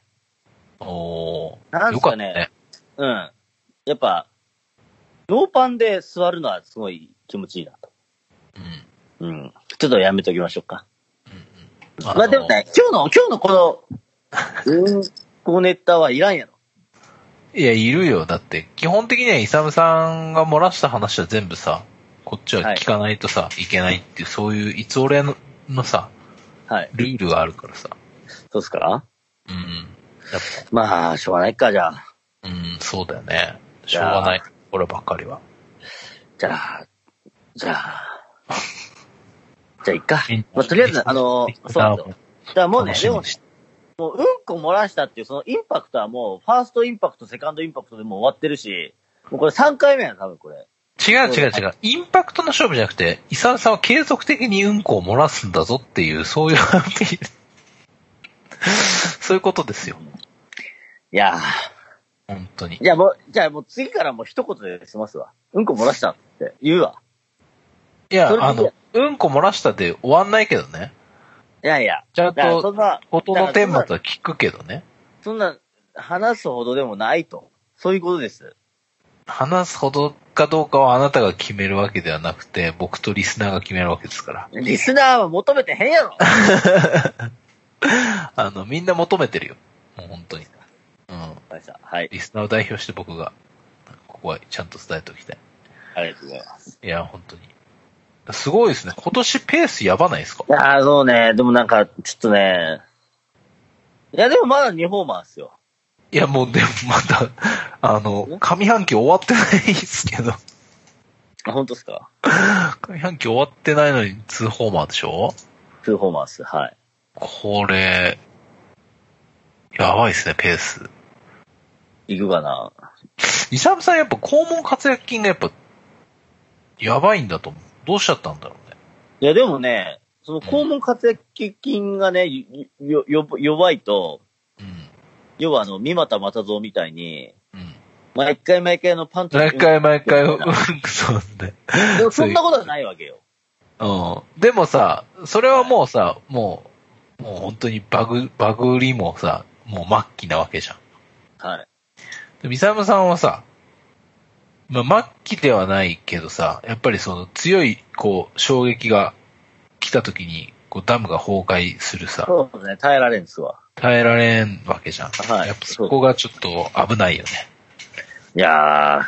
S1: お
S2: な
S1: ー。
S2: ん
S1: よ
S2: す
S1: かっ
S2: か
S1: た
S2: ね
S1: ね。
S2: うん。やっぱ、ノーパンで座るのはすごい気持ちいいなと。
S1: うん。うん
S2: うん。ちょっとやめときましょうか。
S1: うん
S2: まあでもね、今日の、今日のこの、うんこネタはいらんやろ。
S1: いや、いるよ。だって、基本的にはイサムさんが漏らした話は全部さ、こっちは聞かないとさ、い、けないっていう、そういう、いつ俺ののさ、
S2: はい。
S1: ルールがあるからさ。
S2: そうっすか
S1: うん。やっ
S2: まあ、しょうがないか、じゃあ。
S1: ぱ、うん、そうだよね。
S2: い
S1: しょ
S2: や
S1: う
S2: ー
S1: がない。こればっかりは。
S2: じゃあ、じゃ あ。じゃあ、いっか
S1: うん。
S2: まあ、とりあえず、あの、 そうなんですよ。だからもうね、
S1: 楽し
S2: で
S1: み
S2: も
S1: に、して
S2: もう、うんこ漏らしたっていう、そのインパクトはもう、ファーストインパクト、セカンドインパクトでもう終わってるし、もうこれ3回目やん、多分これ。
S1: 違う違う違う。インパクトの勝負じゃなくて、イサムさんは継続的にうんこを漏らすんだぞっていう、そういう アピール、そういうことですよ。
S2: いやー。
S1: 本当に。
S2: じゃあもう、じゃあもう次からもう一言で済ますわ。うんこ漏らしたって言うわ。
S1: い
S2: それで
S1: や、
S2: いい
S1: あの、うんこ漏らしたで終わんないけどね。
S2: いやいや。
S1: ちゃん
S2: だからそ
S1: と、
S2: んな、
S1: ことのテーマとは聞くけどね。
S2: そんな、話すほどでもないと。そういうことです。
S1: 話すほどかどうかはあなたが決めるわけではなくて、僕とリスナーが決めるわけですから。
S2: リスナーは求めてへん やろ。
S1: あの、みんな求めてるよ。もう本当に。うん。
S2: はい。
S1: リスナーを代表して僕が、ここはちゃんと伝えておきたい。
S2: ありがとうございます。
S1: いや、本当に。すごいですね。今年ペースやばないですか
S2: いやー、そうね。でもなんか、ちょっとね。いや、でもまだ2ホーマーっすよ。
S1: いや、もうでもまだ、 あの、上半期終わってないですけど。
S2: あ、本当っすか
S1: 上半期終わってないのに2ホーマーでしょ
S2: ?2 ホーマーっす。はい。
S1: これ、やばいですね、ペース。
S2: いくかな。
S1: イサムさんやっぱ肛門活躍筋がやっぱ、やばいんだと思う。どうしちゃったんだろうね。
S2: いや、でもね、その肛門活躍筋がね、よ、よ、弱いと、要はあの、三股又蔵みたいに、
S1: うん。うん。
S2: 毎回毎回あのパンツ
S1: 毎回毎回、う
S2: うん
S1: ん、 そうね。
S2: で もそんなことはないわけよ。
S1: うん。でもさ、それはもうさ、もう、もう本当にバグ、バグ売りもさ、もう末期なわけじゃん。
S2: はい。
S1: で、ミサムさんはさ、まあ、末期ではないけどさ、やっぱりその強い、こう、衝撃が来た時に、こう、ダムが崩壊するさ、
S2: そうですね、耐えられんっすわ。
S1: 耐えられんわけじゃん。
S2: はい
S1: やっぱそこがちょっと危ないよね。
S2: いや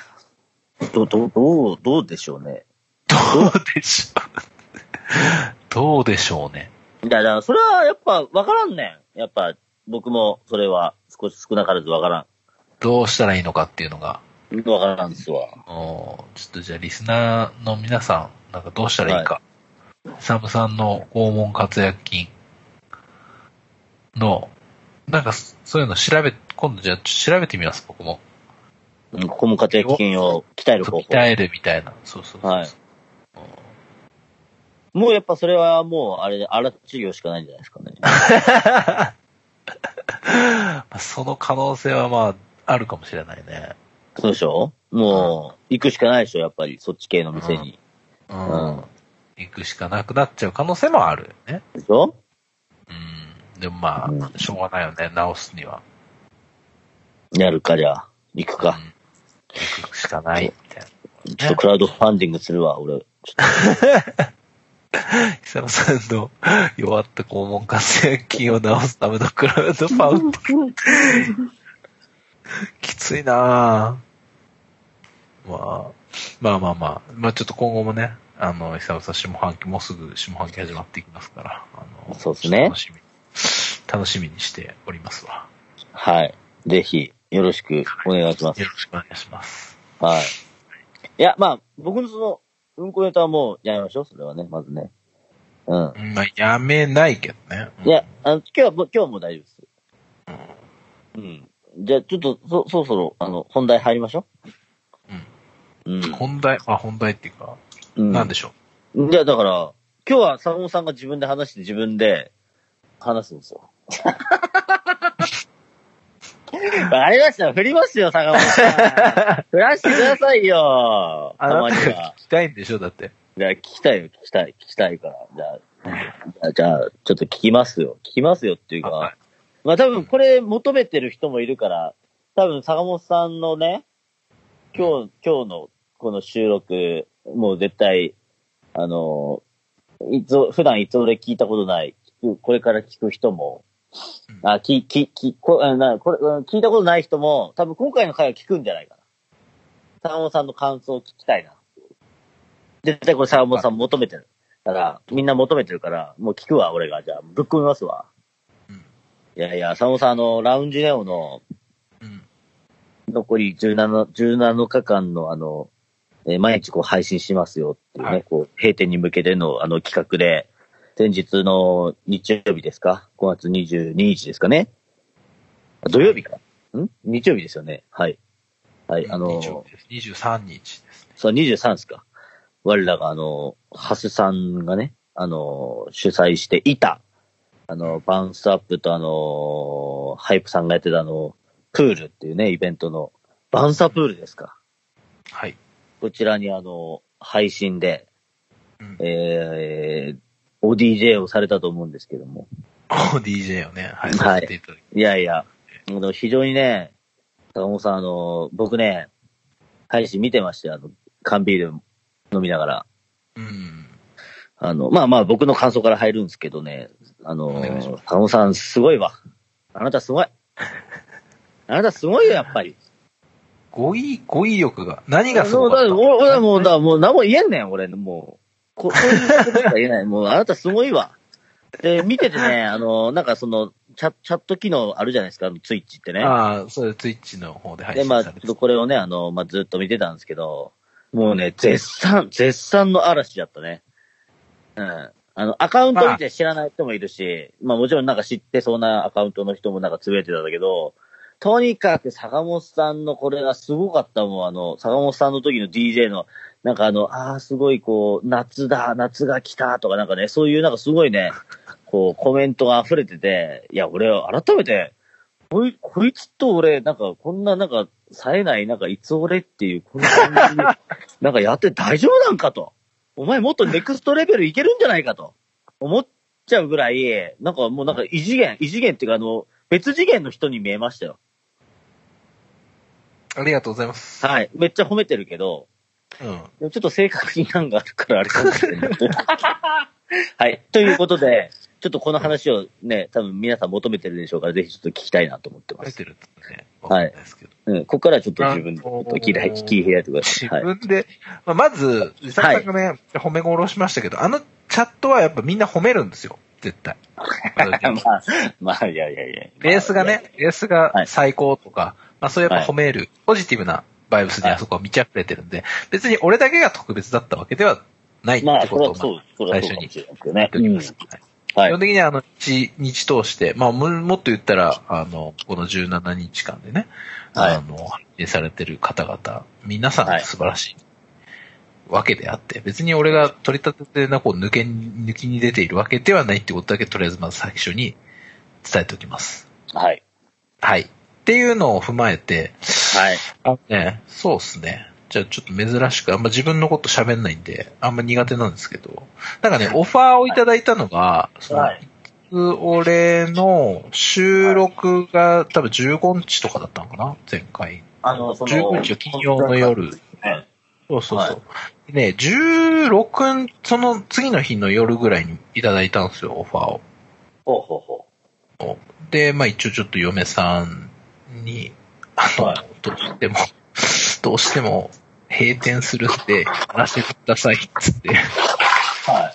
S2: ー、ど、ど、どう、どうでしょうね。
S1: どうでしょう。どうでしょうね。
S2: いや、だからそれはやっぱわからんねん。やっぱ僕もそれは少し少なからずわから
S1: どうしたらいいのかっていうのが、
S2: ん。わからんっすわ。
S1: おーちょっとじゃあリスナーの皆さん、なんかどうしたらいいか。サムさんの拷問活躍金の、なんかそそういうの調べ、今度じゃあ調べてみます、僕も。
S2: うん、ここも家庭基金を鍛える方法。
S1: 鍛えるみたいな。そうそうそうそう
S2: はい。もうやっぱそれはもうあれで、荒治療しかないんじゃないですか ね。
S1: まあその可能性はまあ、あるかもしれないね。
S2: そうでしょもう、行くしかないでしょ、やっぱり、そっち系の店に。
S1: うん。
S2: うん
S1: 行くしかなくなっちゃう可能性もあるよね。
S2: でしょ
S1: うん。でもま
S2: うん
S1: あ、しょうがないよね、直すには。
S2: やるか、じゃあ。行くか
S1: う。ん行くしかない、みたいな。
S2: ちょっとクラウドファンディングするわ、俺。
S1: 久野さんの 弱った肛門活躍筋を治すためのクラウドファウンド。きついなぁ。まあ、まあまあまあ、まあちょっと今後もね、あの、久野さん下半期、もうすぐ下半期始まっていきますから、あの、
S2: そうですね
S1: 楽しみ、楽しみにしておりますわ。
S2: はい。ぜひ、よろしくお願いします。
S1: よろしくお願いします。
S2: はい。いや、まあ、僕のその、うんこネタはもうやめましょう、それはね、まずね。うん。
S1: うんまあ、やめないけどね。うん
S2: いや、あの、今日はもう、今日はもう大丈夫です。うん。じゃあ、ちょっと、そ、そろそろ、あの、本題入りましょう。うん。
S1: 本題、あ、本題っていうか、
S2: うん。
S1: なんでしょう。
S2: いや、だから、今日は坂本さんが自分で話して自分で話すんで すよ。わかりましたよ。振りますよ、坂 本さん。振らしてくださいよ。た
S1: あな
S2: まに
S1: たが
S2: は
S1: 聞。きたいんでしょだって。
S2: じゃあ、聞きたいよ、聞きたい、聞きたいから。じゃあ、じゃあ、ちょっと聞きますよ。聞きますよっていう
S1: は
S2: か、まあ多分これ求めてる人もいるから、多分坂本さんのね、今日、今日のこの収録、もう絶対、あの、いつ、普段いつ俺聞いたことない、聞くこれから聞く人も、あ、き、き、き、こあなこれ、うん聞いたことない人も、多分今回の回は聞くんじゃないかな。坂本さんの感想を聞きたいな。絶対これ坂本さん求めてる。だから、みんな求めてるから、もう聞くわ、俺が。じゃあ、ぶっ込みますわ。
S1: うん
S2: いやいや、坂本さん、あの、ラウンジネオの
S1: うん。
S2: 残り17、17日間のあの、えー毎日こう配信しますよっていうね、
S1: はい
S2: こう、閉店に向けてのあの企画で、前日の日曜日ですか ?5 月22日ですかねあ土曜日かん日曜日ですよねはい。はい、あの、
S1: 日曜日です23日ですね。
S2: そう、23ですか。我らが、あの、ハスさんがね、あの、主催していた、あの、バウンスアップとあの、ハイプさんがやってたあの、プールっていうね、イベントの、バウンサープールですか。
S1: はい。
S2: こちらにあの、配信で、
S1: うん、
S2: えー、ODJ をされたと思うんですけども。
S1: DJ をね、はい、させていただき
S2: いやいや、あの非常にね、坂本さん、あの、僕ね、配信見てまして、あの、缶ビール飲みながら。
S1: うん。
S2: あの、まあまあ僕の感想から入るんですけどね、あの
S1: お願いしま、
S2: 坂本さんすごいわ。あなたすごい。あなたすごいよ、やっぱり。
S1: 語彙、語彙力が、何がすごかった
S2: もうだ俺、俺もう、だもう何も言えんねん、俺、もう。こそういうことしか言えない。もう、あなたすごいわ。で、見ててね、あの、なんかその、チャチャット機能あるじゃないですか、あのツイッチってね。
S1: ああ、それツイッチの方で配
S2: で、
S1: 信
S2: まあ、
S1: さ
S2: ちょっ
S1: れて
S2: とこれをね、あの、まあ、ずっと見てたんですけど、もうね、絶賛、絶賛の嵐だったね。うん。あの、アカウント見て知らない人もいるし、まあ、もちろんなんか知ってそうなアカウントの人もなんかつぶやいてたんだけど、とにかく坂本さんのこれがすごかったもん、あの、坂本さんの時の DJ の、なんかあの、ああ、すごいこう、夏だ、夏が来たとかなんかね、そういうなんかすごいね、こう、コメントが溢れてて、いや、俺、改めて、こい、こいつと俺、なんか、こんな、なんか、冴えない、なんか、いつ俺っていう、こんな感じで、なんかやって大丈夫なんかと。お前もっとネクストレベルいけるんじゃないかと。思っちゃうぐらい、なんかもうなんか異次元、異次元っていうかあの、別次元の人に見えましたよ。
S1: ありがとうございます。
S2: はい。めっちゃ褒めてるけど、
S1: うん。
S2: でもちょっと性格に難があるからあれかもし れない。はい。ということで、ちょっとこの話をね、多分皆さん求めてるでしょうから、ぜひちょっと聞きたいなと思ってま
S1: 出
S2: す。
S1: てるってね、わかんないですけど。
S2: うん。ここからはちょっと自分で、
S1: あのー
S2: 聞き開い聞き開いてください。はい。
S1: 自分で、まあ、まず、伊沢さんがね、褒め殺しましたけど、あのチャットはやっぱみんな褒めるんですよ、絶 対。
S2: まあ、まあ、いやいやいや。
S1: ベースがね、ベースが
S2: はい
S1: 最高とか、まあそういうやっぱ褒める、ポジティブなバイブスにあそこは満ち溢れてるんで、別に俺だけが特別だったわけではないって
S2: ま
S1: こ
S2: あ、それ
S1: とを、
S2: は
S1: まあ
S2: そう、それはそうかもしれないですけどね。
S1: 言っておきます。はい
S2: うんは
S1: 基
S2: い
S1: 本。的にあの、日、日通して、まあ、ももっと言ったら、あの、この17日間でね、
S2: はい
S1: あの、発見されてる方々、皆さ
S2: は
S1: ん
S2: い
S1: 素晴らしいわけであって、別に俺が取り立ててな、こう、抜けに、抜きに出ているわけではないってことだけ、とりあえずまず最初に伝えておきます。
S2: はい。
S1: はい。っていうのを踏まえて、
S2: はい。
S1: あね、そうですね。じゃあちょっと珍しく、あんま自分のこと喋んないんで、あんま苦手なんですけど。なんかね、オファーをいただいたのが、その
S2: はい
S1: 俺の収録が多分15日とかだったのかな前回。
S2: あの、そ
S1: 15
S2: の、
S1: 日は金曜の夜。
S2: はい。
S1: そうそうそう。ね、16、その次の日の夜ぐらいにいただいたんですよ、オファーを。
S2: ほうほうほ
S1: で、まあ一応ちょっと嫁さんに、あの、
S2: はい
S1: どうしても、 どうしても閉店するってやらせてくださいっつって、
S2: う。はい。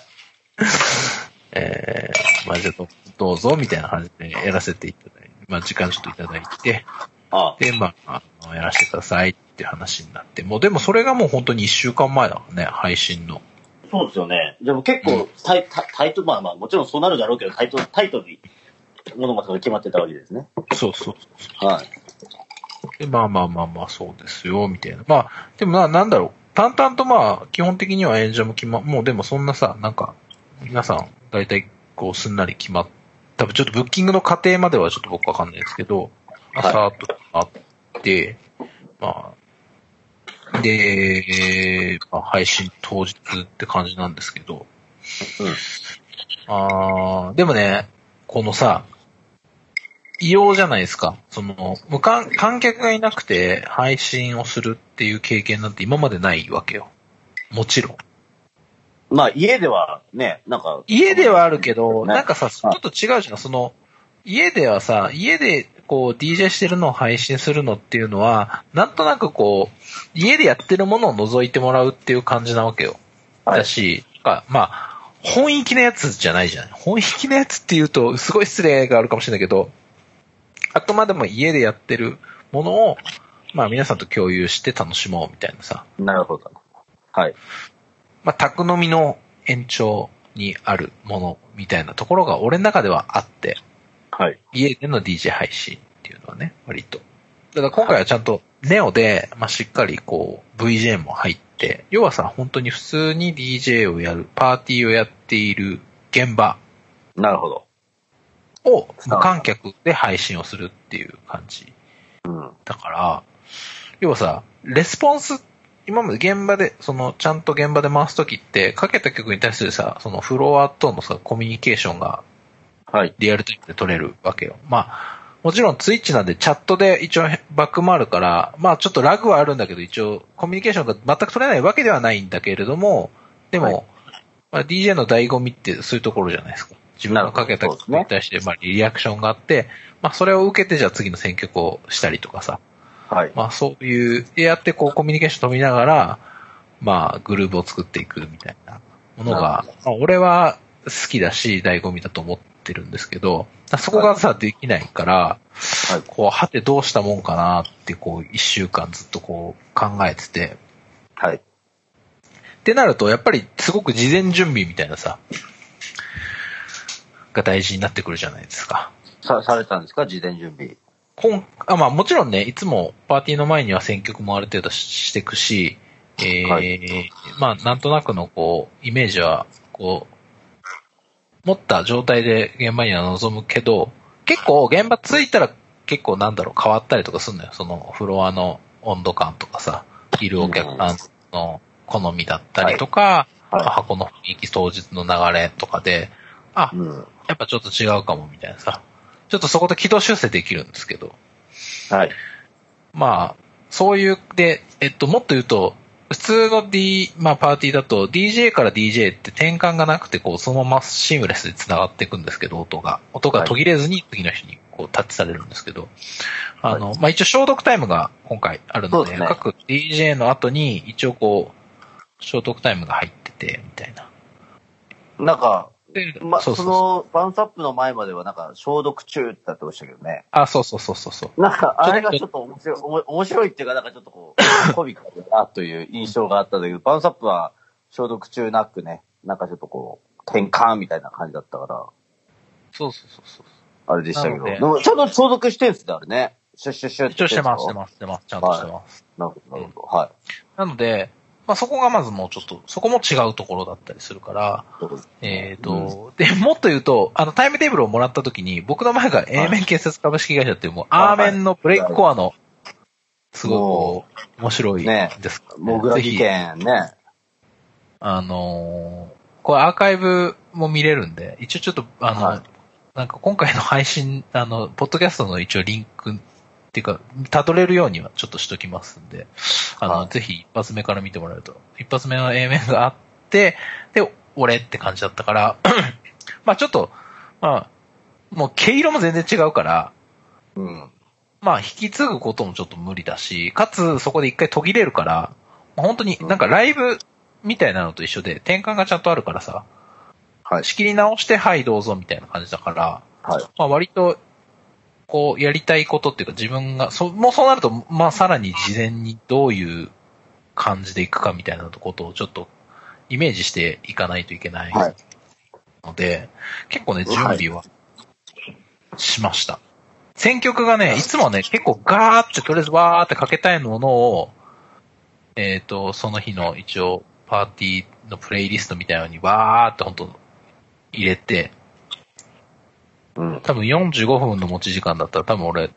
S1: えー、まあじゃあどどうぞみたいな感じでやらせていただいて、まあ時間ちょっといただいて、
S2: あ
S1: で、まあ、あのやらせてくださいって話になって、もうでもそれがもう本当に1週間前だからね、配信の。
S2: そうですよね。でも結構、タイタタイトル、まあまあ、もちろんそうなるだろうけど、タイトル、タイトルに、物語が決まってたわけですね。
S1: そうそう
S2: はい。
S1: で、まあまあまあまあ、そうですよ、みたいな。まあ、でもな、なんだろう。淡々とまあ、基本的には演者も決ま、もうでもそんなさ、なんか、皆さん、大体、こう、すんなり決まっ、多分ちょっとブッキングの過程まではちょっと僕わかんないですけど、
S2: はい
S1: 朝とあって、まあ、で、まあ、配信当日って感じなんですけど、あーでもね、このさ、異様じゃないですか。その、無観、観客がいなくて配信をするっていう経験なんて今までないわけよ。もちろん。
S2: まあ、家ではね、なんか、
S1: 家ではあるけど、
S2: ね
S1: なんかさ、ちょっと違うじゃん。その、家ではさ、家でこう DJ してるのを配信するのっていうのは、なんとなくこう、家でやってるものを覗いてもらうっていう感じなわけよ。
S2: はい
S1: だし、かまあ、本域のやつじゃないじゃん。本域のやつっていうと、すごい失礼があるかもしれないけど、あくまでも家でやってるものを、まあ皆さんと共有して楽しもうみたいなさ。
S2: なるほど。はい。
S1: まあ、宅飲みの延長にあるものみたいなところが俺の中ではあって、
S2: はい。
S1: 家での DJ 配信っていうのはね、割と。だから今回はちゃんとネオで、まあ、しっかりこう VJ も入って、要はさ、本当に普通に DJ をやる、パーティーをやっている現場
S2: なるほど。
S1: を無観客で配信をするっていう感じ。
S2: うん。
S1: だから、要はさ、レスポンス、今まで現場で、その、ちゃんと現場で回すときって、かけた曲に対するさ、そのフロアとのさ、コミュニケーションが
S2: はい。
S1: リアルタイムで取れるわけよ。まあ、もちろんツイッチなんでチャットで一応バックもあるから、まあちょっとラグはあるんだけど、一応コミュニケーションが全く取れないわけではないんだけれども、でも、
S2: はい
S1: まあ DJ の醍醐味ってそういうところじゃないですか。自分のかけた曲に対して、まあリアクションがあって、まあそれを受けてじゃあ次の選曲をしたりとかさ。
S2: はい。
S1: まあそういう、でやってこうコミュニケーション取りながら、まあグループを作っていくみたいなもの
S2: な
S1: が、まあ俺は好きだし、醍醐味だと思ってるんですけど、そこがさ、できないから、
S2: はい
S1: こう、はてどうしたもんかなって、こう、一週間ずっとこう、考えてて、
S2: はい。
S1: ってなると、やっぱりすごく事前準備みたいなさ、が大事になってくるじゃないですか。
S2: さ、されたんですか事前準備。
S1: 今あまあもちろんね、いつもパーティーの前には選曲もある程度していくし、えー
S2: はい
S1: まあなんとなくのこう、イメージは、こう、持った状態で現場には臨むけど、結構現場着いたら結構なんだろう変わったりとかするのよ。そのフロアの温度感とかさ、いるお客さんの好みだったりとか、
S2: はいはい
S1: まあ箱の雰囲気当日の流れとかで、あ、
S2: うん。
S1: やっぱちょっと違うかもみたいなさ。ちょっとそこと軌道修正できるんですけど。
S2: はい。
S1: まあ、そういう、で、えっと、もっと言うと、普通の D、まあパーティーだと DJ から DJ って転換がなくて、こう、そのままシームレスで繋がっていくんですけど、音が。音が途切れずに次の人にこう、タッチされるんですけど、あの、まあ一応消毒タイムが今回あるの
S2: そうで
S1: で、
S2: すね
S1: 各 DJ の後に一応こう、消毒タイムが入ってて、みたいな。
S2: なんか、
S1: で
S2: ま、
S1: そ
S2: そう
S1: そうそう。
S2: の、バウンスアップの前まではなんか、消毒中ってなってましたけどね。
S1: あ、そうそうそうそうそう。
S2: なんか、あれがちょっと面白い、おも面白いっていうか、なんかちょっとこ う、コミカルだなという印象があったんだけど、バウンスアップは消毒中なくね、なんかちょっとこう、転換みたいな感じだったから、
S1: そうそうそうそう。
S2: あれでしたけど。
S1: なので
S2: でも、ちゃんと消毒してんすね、あれね。シュッシュッシュッ
S1: 一応してます、して
S2: す。
S1: ます、してます。ちゃんとしてます。
S2: なるほど、なるほど。はい。
S1: なので、まあ、そこがまずもうちょっと、そこも違うところだったりするから、
S2: そうです
S1: えっ、と、で、もっと言うと、あの、タイムテーブルをもらった時に、僕の前が A 面建設株式会社っていう、もう、ア
S2: はい
S1: ーメンのブレイクコアの、すごいこう、面白い
S2: ね
S1: ですから
S2: モグラ
S1: ぜ
S2: 事
S1: ひ、
S2: 件ね。
S1: あのーこれアーカイブも見れるんで、一応ちょっと、あの、
S2: はい
S1: なんか今回の配信、あの、ポッドキャストの一応リンクっていうか、辿れるようにはちょっとしときますんで、あの、
S2: はい
S1: ぜひ一発目から見てもらえると。一発目の A 面があって、で、俺って感じだったから、 まあちょっと、まあもう毛色も全然違うから、
S2: うん。
S1: まあ、引き継ぐこともちょっと無理だし、かつ、そこで一回途切れるから、まあ本当になんかライブみたいなのと一緒で、転換がちゃんとあるからさ、
S2: はい。
S1: 仕切り直して、はい、どうぞみたいな感じだから、
S2: はい。
S1: まあ、割と、こう、やりたいことっていうか、自分が、そ、もうそうなると、まあ、さらに事前にどういう感じでいくかみたいなことをちょっと、イメージしていかないといけない
S2: はい。
S1: ので、結構ね、準
S2: はい
S1: 備はしました。選曲がね、いつもはね、結構ガーって、とりあえずわーってかけたいものを、えっ、と、その日の一応、パーティーのプレイリストみたいなのにわーって本当入れて、
S2: うん。
S1: 多分45分の持ち時間だったら多分俺、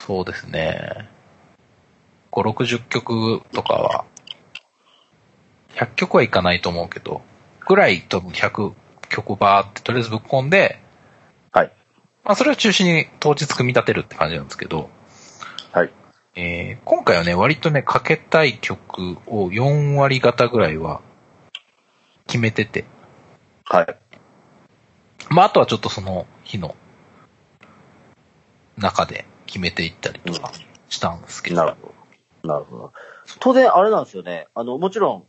S1: そうですね、5、60曲とかは、100曲はいかないと思うけど、ぐらい多分100曲をバーってとりあえずぶっ込んで、
S2: はい。
S1: まあそれを中心に当日組み立てるって感じなんですけど、
S2: はい。
S1: えー今回はね、割とね、かけたい曲を4割方ぐらいは決めてて、
S2: はい。
S1: まああとはちょっとその日の中で決めていったりとかしたんですけど、
S2: なるほど。なるほど。当然、あれなんですよね。あの、もちろん、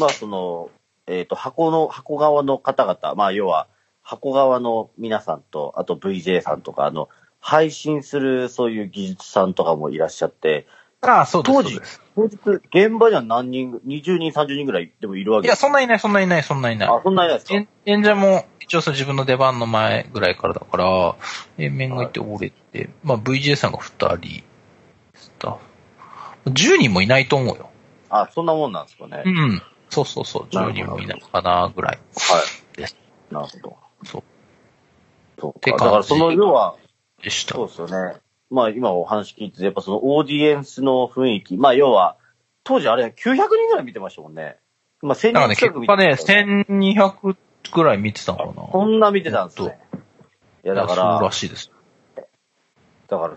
S2: まあ、その、えっ、と、箱の、箱側の方々、まあ、要は、箱側の皆さんと、あと VJ さんとか、あの、配信するそういう技術さんとかもいらっしゃって、
S1: ああ、そうです。
S2: 当時
S1: そうです
S2: 当日、現場には何人、20人、30人ぐらいでもいるわ
S1: い
S2: け
S1: や、
S2: です。
S1: そんないない、そんないない、そんないない。
S2: あ、そんなにないですか
S1: 演演者も一応その自分の出番の前ぐらいからだから、面面がいて折れて、まあ VJ さんが2人、スタッフ。10人もいないと思うよ。
S2: あ、そんなもんなんですかね。
S1: うん。そうそうそう、10人もいないかなぐらい。
S2: はい。
S1: です
S2: なるほど。
S1: そう。
S2: そう
S1: て
S2: か。
S1: 感
S2: だ
S1: じ
S2: からその、要は、
S1: でした。
S2: そうですよね。まあ今お話聞いてて、やっぱそのオーディエンスの雰囲気、まあ要は、当時あれ900人ぐらい見てましたもんね。まあ1000
S1: だから
S2: 人
S1: ね、
S2: 近
S1: 結
S2: く見て
S1: 果
S2: ま
S1: ね、
S2: したよ、
S1: 1200ぐらい見てたのかな。
S2: そんな見てたんですね。いやだ
S1: そ
S2: か
S1: う
S2: ら
S1: ら、しいです。
S2: だから、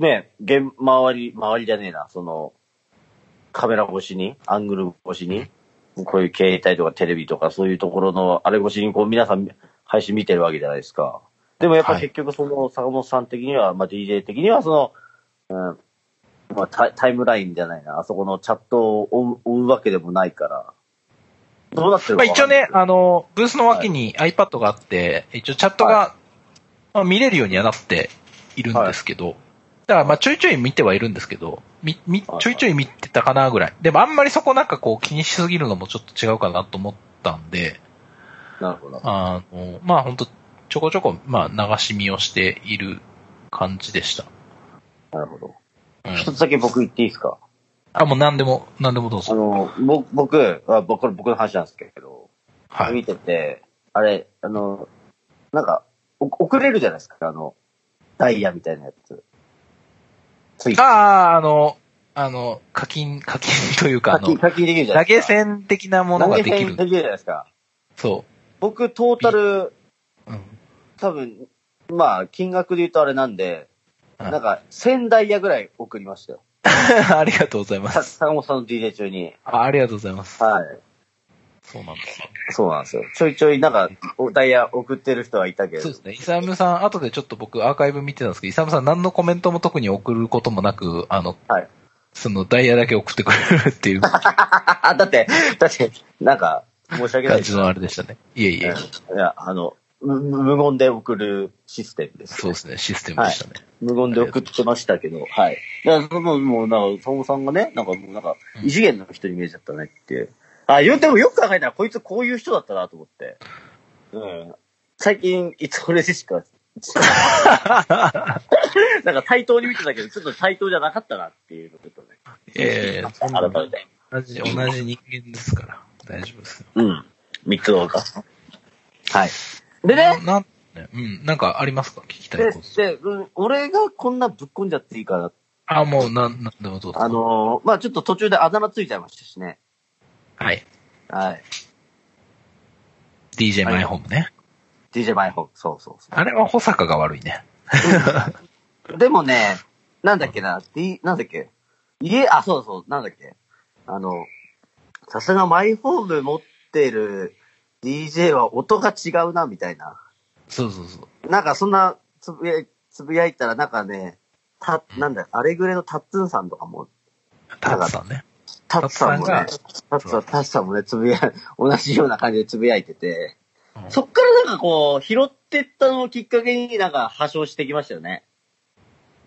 S2: ね、現、周り、周りじゃねえな、その、カメラ越しに、アングル越しに、こういう携帯とかテレビとかそういうところの、あれ越しにこう皆さん配信見てるわけじゃないですか。でもやっぱ
S1: はい
S2: 結局その坂本さん的には、まあ DJ 的にはその、うん、まあタイタイムラインじゃないな、あそこのチャットを追う追うわけでもないから、どうなってる
S1: まあ
S2: か
S1: 一応ね、あの、ブースの脇に iPad があって、一応チャットが、まあ、見れるようにはなっているんですけど、だからまあちょいちょい見てはいるんですけど、み、み、
S2: はい
S1: ちょいちょい見てたかなぐらい。でもあんまりそこなんかこう気にしすぎるのもちょっと違うかなと思ったんで、
S2: なるほど。
S1: あの、まあ本当ちょこちょこ、まあ流し見をしている感じでした。
S2: なるほど。
S1: うん
S2: 一つだけ僕言っていいですか
S1: あ、もう何でも、何でもどう
S2: あ
S1: ぞ。
S2: の、ぼ僕、あ僕、これ僕の話なんですけど、
S1: はい。
S2: 見てて、あれ、あの、なんか、お遅れるじゃないですか、あの、ダイヤみたいなやつ。つい
S1: あ、あ、あの、あの、課金、課金というか、あ
S2: 課金、
S1: の、
S2: 課金できるじゃな
S1: 投
S2: いで
S1: げ
S2: すか。
S1: 銭的なものができ
S2: 投げ銭
S1: る
S2: で。きるじゃないですか。
S1: そ
S2: 僕、トータル、
S1: う。うん。
S2: 多分、まあ、金額で言うとあれなんで、
S1: はい
S2: なんか、1000ダイヤぐらい送りましたよ。
S1: ありがとうございま
S2: さ
S1: す。
S2: 坂本さんの DJ 中に。
S1: あありがとうございます。
S2: はい。
S1: そうなんですよ。
S2: そうなんですよ。ちょいちょい、なんか、おダイヤ送ってる人はいたけど。
S1: そうですね。イサムさん、後でちょっと僕アーカイブ見てたんですけど、イサムさん何のコメントも特に送ることもなく、あの、
S2: はい
S1: そのダイヤだけ送ってくれる っていう
S2: あ、だって、だって、なんか、申し訳な
S1: 感
S2: いです
S1: じ。のあれでしたね。いえいえ、
S2: いや、あの、む無言で送るシステムです。
S1: そうですね。システムでしたね。
S2: 無言で送ってましたけど、はい。いや、その、もう、なんか、坂本さんがね、なんか、もうなんか
S1: う、ん
S2: 異次元の人に見えちゃったねっていう。あ、言うてもよく考えたら、こいつこういう人だったなと思って。うん。最近、いつ俺でしか、 なんか対等に見てたけど、ちょっと対等じゃなかったなっていうのとね。
S1: ええそんな
S2: 改
S1: の
S2: めて。
S1: 同じ、同じ人間ですから。大丈夫ですよ。
S2: うん。三つのか。はい。でね、
S1: ななん、ね、うん、なんかありますか聞きたい
S2: で
S1: こと。、
S2: で、うん俺がこんなぶっこんじゃっていいかな。
S1: あ、もう、なん、なんでもどうぞ。
S2: あのーまあちょっと途中であだ名ついちゃいましたしね。
S1: はい。
S2: はい。
S1: DJ マイホームね。
S2: DJ マイホーム。そうそうそ
S1: あれは保坂が悪いね。
S2: う。でもね、なんだっけな、D、なんだっけ。家、あ、そうそう、なんだっけ。あの、さすがマイホーム持ってる DJ は音が違うな、みたいな。
S1: そうそうそう。
S2: なんかそんなつぶやい、つぶやいたらなんかね、た、なんだ、あれぐらいのタッツンさんとかも
S1: タツさんね。
S2: タッツさんも
S1: タ
S2: ね
S1: ッツ、
S2: タッツさん、タッツさんもね、つぶや、 同じような感じでつぶやいてて、
S1: うん
S2: そっからなんかこう、拾ってったのをきっかけになんか破傷してきましたよね。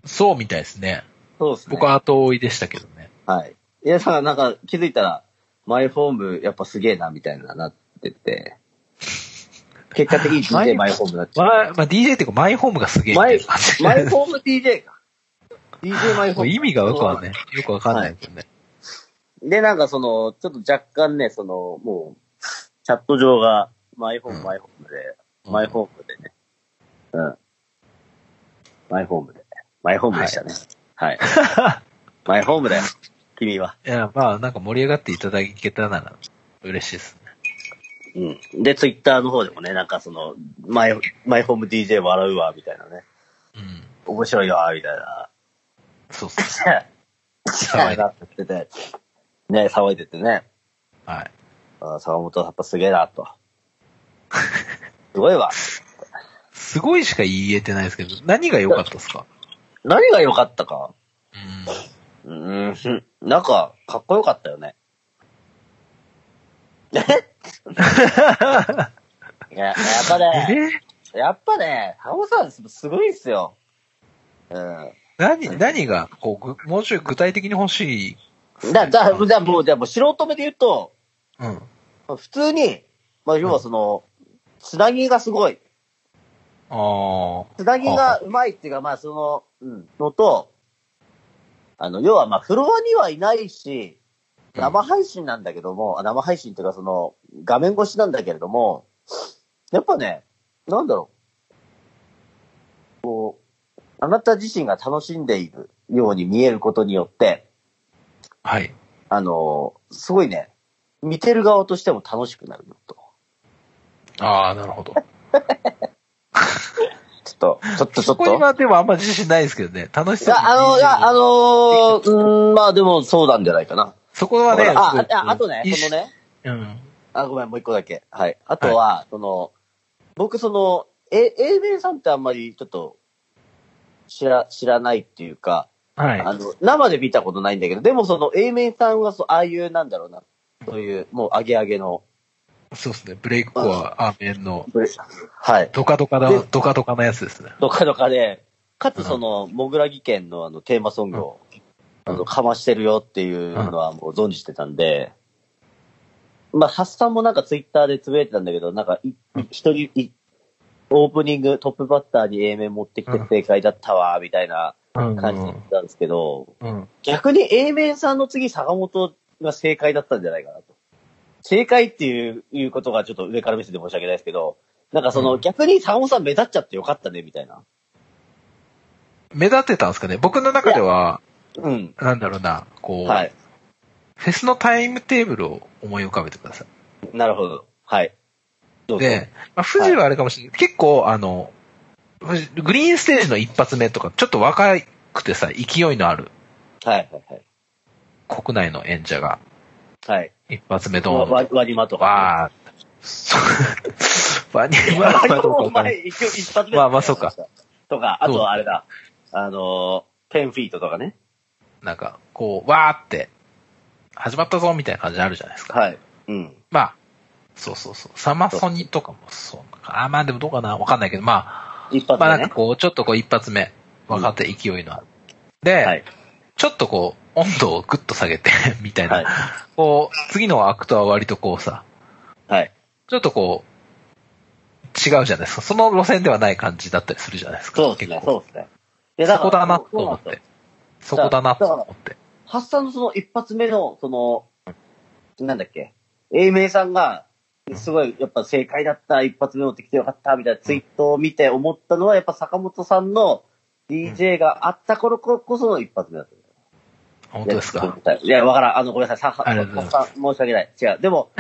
S1: そうみたいですね。
S2: そうですね。
S1: 僕は後追いでしたけどね。
S2: はい。いや、さ、なんか気づいたら、マイホームやっぱすげえな、みたいななってて、結果的に DJ マイホームになっちゃ
S1: ま
S2: う。
S1: あ、まあ、DJ っていうか、マイホームがすげえみ
S2: マ
S1: たい
S2: イ
S1: な感じ、
S2: マイホーム DJ か。DJ マイホ
S1: もう
S2: ーム。
S1: 意味がよくはね、よくわかんないですよね。
S2: で、なんかその、ちょっと若干ね、その、もう、チャット上が、マイホーム、マイホームで、
S1: うん
S2: マイホームでね。うん。マイホームで。マイホームでしたね。はい。マイホームだよ、君は。
S1: い、や、まあ、なんか盛り上がっていただけたなら嬉しいですね。
S2: うん。で、ツイッターの方でもね、なんかその、マイ、マイホーム DJ 笑うわ、みたいなね。
S1: うん。
S2: 面白いわ、みたい な。
S1: そうっ す。
S2: 騒いなって言ってて。ね、騒いでてね。
S1: はい。
S2: あー坂本やっぱすげえな、 と。すごいわ。
S1: すごいしか言えてないですけど、何が良かったですか
S2: 何が良かったか。
S1: うん。
S2: うーん。なんか、かっこよかったよね。え いややっぱね、
S1: え
S2: やっぱね、ハモさんすごいっすよ。うん。
S1: 何、何が、こうぐ、もうちょい具体的に欲しい。
S2: だ、だ、じゃあもう、じゃあもう素人目で言うと、
S1: うん。
S2: 普通に、まあ要はその、つなぎがすごい。
S1: あ
S2: つなぎがうまいっていうか、まあその、うん、のと、あの、要はまあフロアにはいないし、
S1: あ。
S2: 生配信なんだけども、あ生配信っていうかその、画面越しなんだけれども、やっぱね、なんだろう。こう、あなた自身が楽しんでいるように見えることによって、
S1: はい。
S2: あの、すごいね、見てる側としても楽しくなるよと。
S1: ああ、なるほど。
S2: ちょっと、ちょっと、ちょ
S1: そ
S2: っと。
S1: こにはでもあんま自信ないですけどね。楽し
S2: い
S1: そう
S2: や
S1: に、
S2: あの、いや、あのー、うーん、まあでもそうなんじゃないかな。
S1: そこはね、
S2: ほらあ
S1: すごい
S2: あ、あとね、
S1: いい
S2: そのね、
S1: うん。
S2: あ、ごめん、もう一個だけ。はい。あとは、その、僕、その、え、英米さんってあんまりちょっと、知ら、知らないっていうか、
S1: はい。
S2: あの、生で見たことないんだけど、でもその、英米さんは、そう、ああいう、なんだろうな、そういう、もう、アゲアゲの、
S1: そうですね。ブレイクコア、アーメンの、
S2: はい。
S1: ドカドカだ、
S2: で
S1: ドカドカなやつですね。
S2: どかどかで、かつその、モグラギ県のあの、テーマソングを、
S1: うん
S2: あの、かましてるよっていうのはもう存じてたんで、まあ、ハッサンもなんかツイッターでつぶやいてたんだけど、なんかい、い一人、いオープニングトップバッターに A 面持ってきて正解だったわ、みたいな
S1: うん
S2: 感じだったんですけど、
S1: うん。
S2: 逆に A 面さんの次、坂本が正解だったんじゃないかなと。正解っていう、いうことがちょっと上から見せて申し訳ないですけど、なんかその、
S1: うん
S2: 逆に坂本さん目立っちゃってよかったね、みたいな。
S1: 目立ってたんですかね。僕の中では、
S2: うん。
S1: なんだろうな、こう、
S2: はい。
S1: フェスのタイムテーブルを思い浮かべてください。
S2: なるほど。はい。どうぞ。
S1: で、まあ、富士はあれかもしれない。結構、あの、富士グリーンステージの一発目とか、ちょっと若くてさ、勢いのある
S2: はいはいはい。
S1: 国内の演者が、
S2: はい。
S1: 一発目ドーン
S2: 割割り間とか。
S1: わ ー、バニ
S2: 割り
S1: バと
S2: 間と
S1: か
S2: か。
S1: ね、
S2: 一一発目。
S1: まあまあそうか。
S2: とか、あ
S1: そう
S2: とあれだ。あのー、ペンフィートとかね。
S1: なんか、こう、わーって、始まったぞみたいな感じあるじゃないですか。
S2: はい。うん。
S1: まあ、そうそうそう。サマソニとかもそうなのか。あ、まあでもどうかなわかんないけど、ま
S2: 一
S1: あ、
S2: 発
S1: まあな
S2: 目
S1: んか
S2: ね。
S1: こう、ちょっとこう一発目、若手勢いのある。で、
S2: はい。
S1: ちょっとこう、温度をグッと下げて、 みたいな。
S2: はい。
S1: こう、次のアクトは割とこうさ、
S2: はい。
S1: ちょっとこう、違うじゃないですか。その路線ではない感じだったりするじゃないですか。
S2: そうですね。
S1: 結構
S2: そうですね。いや
S1: そこだなと思っ。
S2: からそうなんですよ
S1: て。そこだなと思って。
S2: ハッサンのその一発目の、その、なんだっけ。英明さんが、すごい、やっぱ正解だった、一発目持ってきてよかった、みたいなツイートを見て思ったのは、やっぱ坂本さんの DJ があった頃こその一発目だった。
S1: 本当ですか。
S2: いや、わからん。あの、ごめんなさい。さ
S1: ありがと
S2: 坂
S1: うござい
S2: 本
S1: ま
S2: さん、申し訳ない。違う。で も、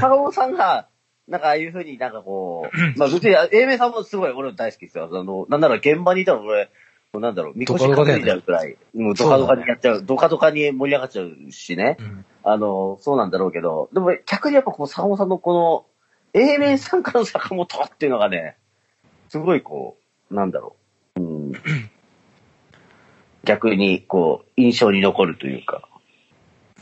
S2: 坂本さんが、なんかああいうふうになんかこう、まあ別に、英明さんもすごい俺大好きですよ。あの、なんなら現場にいたら俺、もうなんだろう、みこし担いじゃうくらい、もうドカドカにやっちゃう、ドカドカに盛り上がっちゃうしね。
S1: うん
S2: あの、そうなんだろうけど、でも逆にやっぱこう、坂本さんのこの、英明さんからの坂本っていうのがね、すごいこう、なんだろう。うん、逆にこう、印象に残るというか。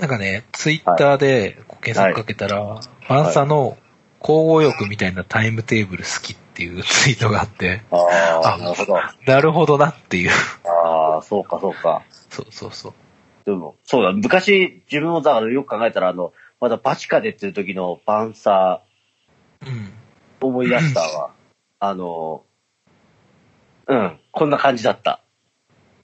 S1: なんかね、ツイッターでこう検索かけたら、マンサの交互欲みたいなタイムテーブル好きっていうツイートがあって、
S2: ああ、
S1: あ
S2: なるほど。
S1: なるほどなっていう。
S2: ああ、そうかそうか。
S1: そうそうそう。
S2: でも、そうだ、昔自分もだからよく考えたら、あの、まだバチカでっていう時のバンサ
S1: うん。
S2: ー思い出した わ。あの、うん、こんな感じだった。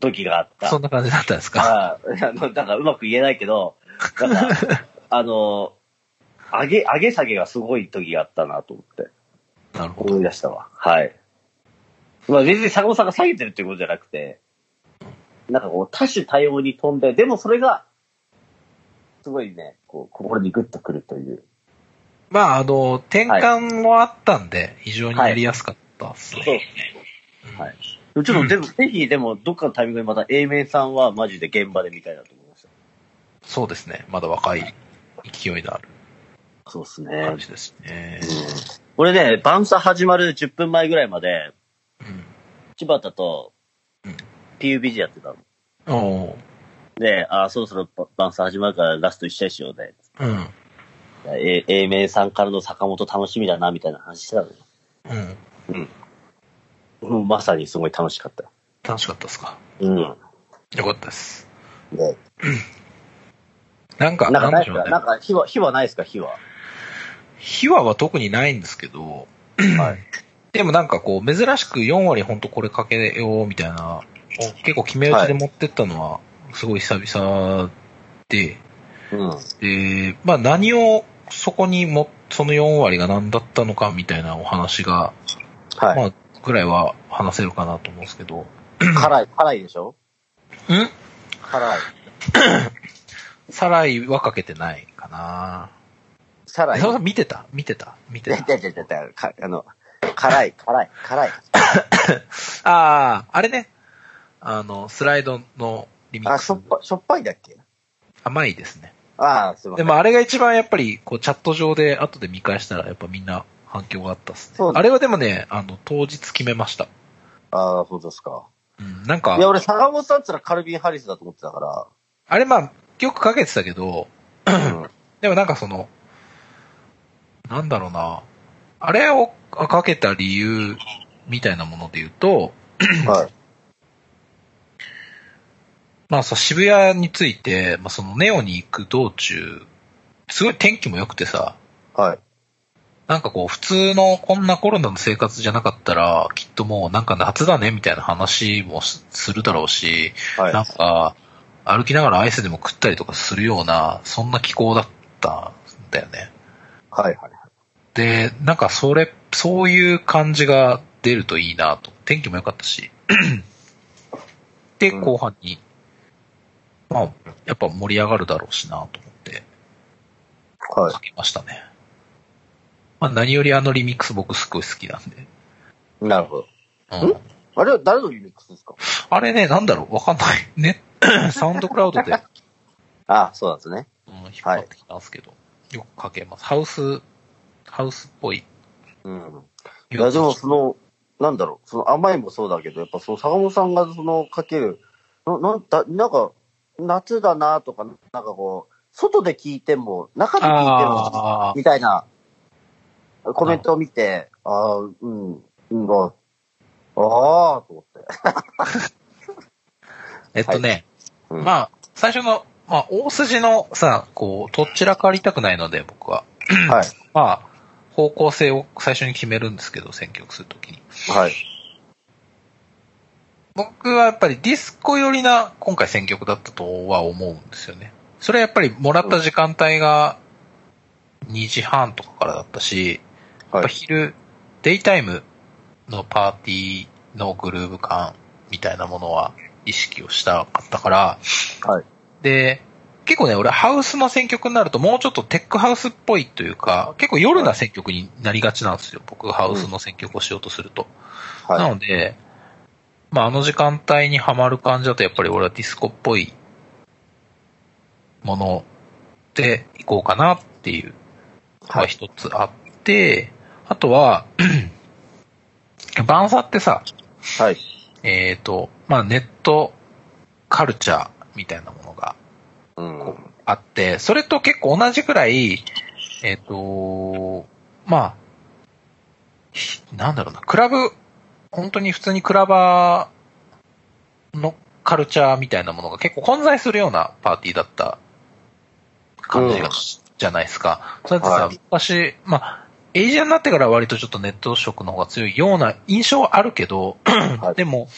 S2: 時があった。
S1: そんな感じだったんですか。
S2: ああの、なんかうまく言えないけど、なん か、あの、上げ、上げ下げがすごい時があったなと思って、
S1: なるほど。
S2: 思い出したわ。はい。まあ別に坂本さんが下げてるっていうことじゃなくて、なんかこう多種多様に飛んで、でもそれが、すごいね、こう、心にグッとくるという。
S1: まあ、あの、転換もあったんで、非常にやりやすかったっすね。
S2: そうはい。ちょっとでも、ぜひ、でも、どっかのタイミングでまた、英明さんはマジで現場で見たいなと思いました。
S1: そうですね。まだ若い勢いのある
S2: そうです
S1: 感
S2: ね。
S1: じですね。
S2: 俺ね、バンサ始まる10分前ぐらいまで、
S1: うん。
S2: 千葉田と
S1: うん、
S2: PUBG やってたの。
S1: おー
S2: で、あー、そろそろババンサ始まるからラスト一試合しようね。
S1: うん。
S2: え英明さんからの坂本楽しみだな、みたいな話してたのよ。
S1: うん。
S2: うん、まさにすごい楽しかった。
S1: 楽しかったですか
S2: うん。
S1: よかったです。
S2: ね
S1: なんか、
S2: なん
S1: な
S2: か
S1: ん
S2: な
S1: で
S2: い
S1: し
S2: で
S1: ょ
S2: す
S1: う
S2: か、
S1: ね
S2: な。んか火は、火はないですか、火は。
S1: 秘話は特にないんですけど、
S2: はい。
S1: でもなんかこう、珍しく4割ほんとこれかけようみたいな、結構決め打ちで持ってったのは、すごい久々で、
S2: うん。
S1: で、まあ何をそこにも、その4割が何だったのかみたいなお話が、
S2: は
S1: まあ、ぐらいは話せるかなと思うんですけど、ん
S2: い。辛い、辛いでしょ辛い。
S1: サライはかけてないかな
S2: 辛い。
S1: それは見てた見てた見
S2: い
S1: て
S2: や
S1: た
S2: いやいやいやかあの、辛い、辛い、辛い。
S1: ああ、あれね。あの、スライドのリミッ
S2: あ、
S1: ク
S2: し
S1: ス
S2: ょっ。ぱい、しょっぱいだっけ
S1: 甘いですね。
S2: ああ、すいませ
S1: で
S2: ん。
S1: もあれが一番やっぱり、こう、チャット上で後で見返したら、やっぱみんな反響があったっすね
S2: そう。です
S1: あれはでもね、あの、当日決めました。
S2: ああ、そうですか。
S1: うん、なんか
S2: い、や、俺、坂本さんっつったらカルビン・ハリスだと思ってたか
S1: あれまあ、よくかけてたけど、
S2: ら。うん。
S1: でもなんかその、なんだろうな、あれをかけた理由みたいなもので言うと、
S2: はい。
S1: まあさ、渋谷について、まあそのネオに行く道中、すごい天気も良くてさ、
S2: はい。
S1: なんかこう普通のこんなコロナの生活じゃなかったら、きっともうなんか夏だねみたいな話もすするだろうし、な
S2: は
S1: んか歩きながらアイスでも食ったりとかするような、そんな気候だったんだよね。
S2: い。はい。はい。
S1: で、なんかそれ、そういう感じが出るといいなと。天気も良かったし。で、
S2: うん
S1: 後半に、まあ、やっぱ盛り上がるだろうしなと思って
S2: はい。
S1: 書きましたね。まあ何よりあのリミックス僕すごい好きなんで。
S2: なるほど。
S1: うん
S2: んあれは誰のリミックスですか
S1: あれね、なんだろうわかんない。 ね、サウンドクラウドで、うん
S2: ああ、そうなんですね。
S1: 引っ張ってきたんですけど、よく書けます。ハウス、ハウスっぽい。
S2: うん。いや、でもその、なんだろう、その甘いもそうだけど、やっぱその坂本さんがそのかける、ななんだなんか、夏だなとか、なんかこう、外で聞いても、中で聞いても、
S1: ああ、
S2: みたいなコメントを見て、ああ、うん、うん、ああ、ああと思って。
S1: えっとね、
S2: うん、
S1: まあ、最初の、まあ、大筋のさ、こう、どちらかありたくないので、僕は。
S2: はい、
S1: まあ、方向性を最初に決めるんですけど、選曲するときに。
S2: はい、
S1: 僕はやっぱりディスコ寄りな今回選曲だったとは思うんですよね。それはやっぱりもらった時間帯が2時半とかからだったし、やっ
S2: は
S1: ぱ
S2: い、
S1: 昼、デイタイムのパーティーのグルーヴ感みたいなものは意識をしたかったから、
S2: はい
S1: で、結構ね、俺ハウスの選曲になるともうちょっとテックハウスっぽいというか、結構夜な選曲になりがちなんですよ。僕ハウスの選曲をしようとすると。な
S2: はい。
S1: ので、まああの時間帯にはまる感じだとやっぱり俺はディスコっぽいものでいこうかなっていうま
S2: は
S1: あ
S2: い、
S1: 一つあって、あとは、 バンサってさ、
S2: はい、
S1: えっ、と、まあネットカルチャーみたいなものが
S2: うん、
S1: あって、それと結構同じくらい、えっ、と、まあ、ひなんだろうな、クラブ、本当に普通にクラバーのカルチャーみたいなものが結構混在するようなパーティーだった感じが、
S2: うん
S1: じゃないですか。それってさ、
S2: はい
S1: 昔、まあ、エイジアになってから割とちょっとネット色の方が強いような印象はあるけど、
S2: はい、
S1: でも、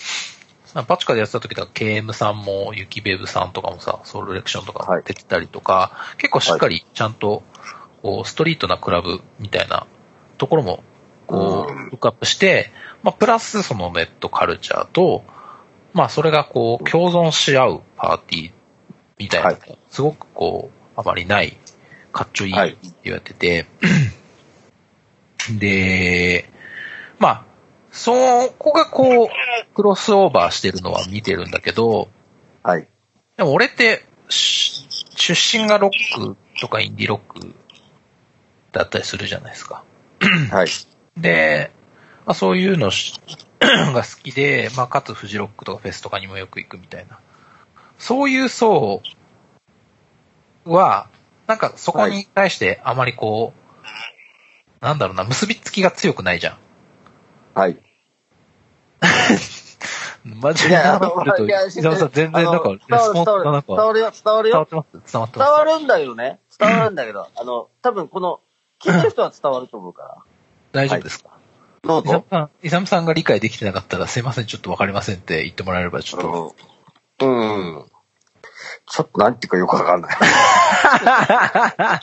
S1: まあバチカでやってた時だと KM さんも、ユキベブさんとかもさ、ソウルレクションとかも出てたりとか、結構しっかりちゃんと、こう、ストリートなクラブみたいなところも、こう、
S2: うん
S1: ルックアップして、まあ、プラスそのネットカルチャーと、まあ、それがこう、共存し合うパーティーみたいな、
S2: はい
S1: すごくこう、あまりない、かっちょいい
S2: はい
S1: って言われてて、で、まあ、そこがこう、クロスオーバーしてるのは見てるんだけど、
S2: はい。
S1: でも俺って、し出身がロックとかインディロックだったりするじゃないですか。
S2: はい。
S1: で、まあ、そういうのし が好きで、まあ、かつフジロックとかフェスとかにもよく行くみたいな。そういう層は、なんかそこに対してあまりこう、なんだろうな、結びつきが強くないじゃ
S2: はい。
S1: ん。マジでなこと言うと、
S2: いや
S1: 伊沢さん全然なんか、レス
S2: 伝わる、
S1: ポンス
S2: 伝わる
S1: がなん、
S2: 伝
S1: か、
S2: わるよ、伝わる
S1: 伝わっ
S2: よ。
S1: てます伝わって
S2: 伝
S1: ま
S2: わるんだけどね。伝わるんだけど、あの、多分この、聞いてる人は伝わると思うから。
S1: す。大丈夫ですか
S2: どう
S1: イサム
S2: ぞ。
S1: さん、イサムさんが理解できてなかったら、すいません、ちょっとわかりませんって言ってもらえれば、ちょっと。
S2: うん。ちょっとなんていうかよくわか んない。まあ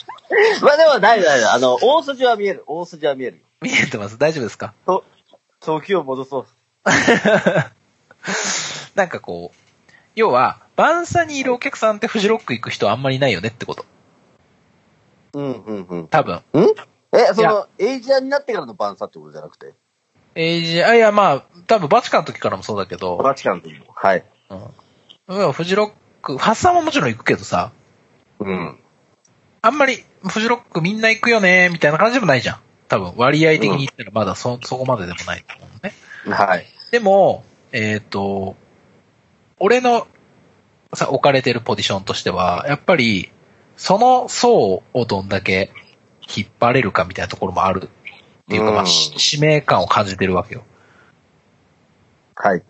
S2: でも大丈夫大丈夫。あの、大筋は見える。大筋は見える。
S1: 見えてます大丈夫ですか
S2: と、時を戻そう。
S1: なんかこう、要は、バンサにいるお客さんってフジロック行く人あんまりいないよねってこと。
S2: うん、うん、うん。
S1: 多分。
S2: んえ、そ
S1: い
S2: の、エイジアになってからの晩餐ってことじゃなくて
S1: えー、じゃあ、いや、まあ、多分バチカンの時からもそうだけど、
S2: バチカンでいいのはい。
S1: うん。フジロック、ハッサンはもちろん行くけどさ、
S2: うん。
S1: あんまりフジロックみんな行くよね、みたいな感じでもないじゃん。多分、割合的に言ったらまだそ、そこまででもないと思うね。
S2: はい。
S1: でも、えっ、と、俺のさ、置かれてるポジションとしては、やっぱり、その層をどんだけ引っ張れるかみたいなところもあるっていうか、ま
S2: う
S1: あ、
S2: ん
S1: し使命感を感じてるわけよ。
S2: はい。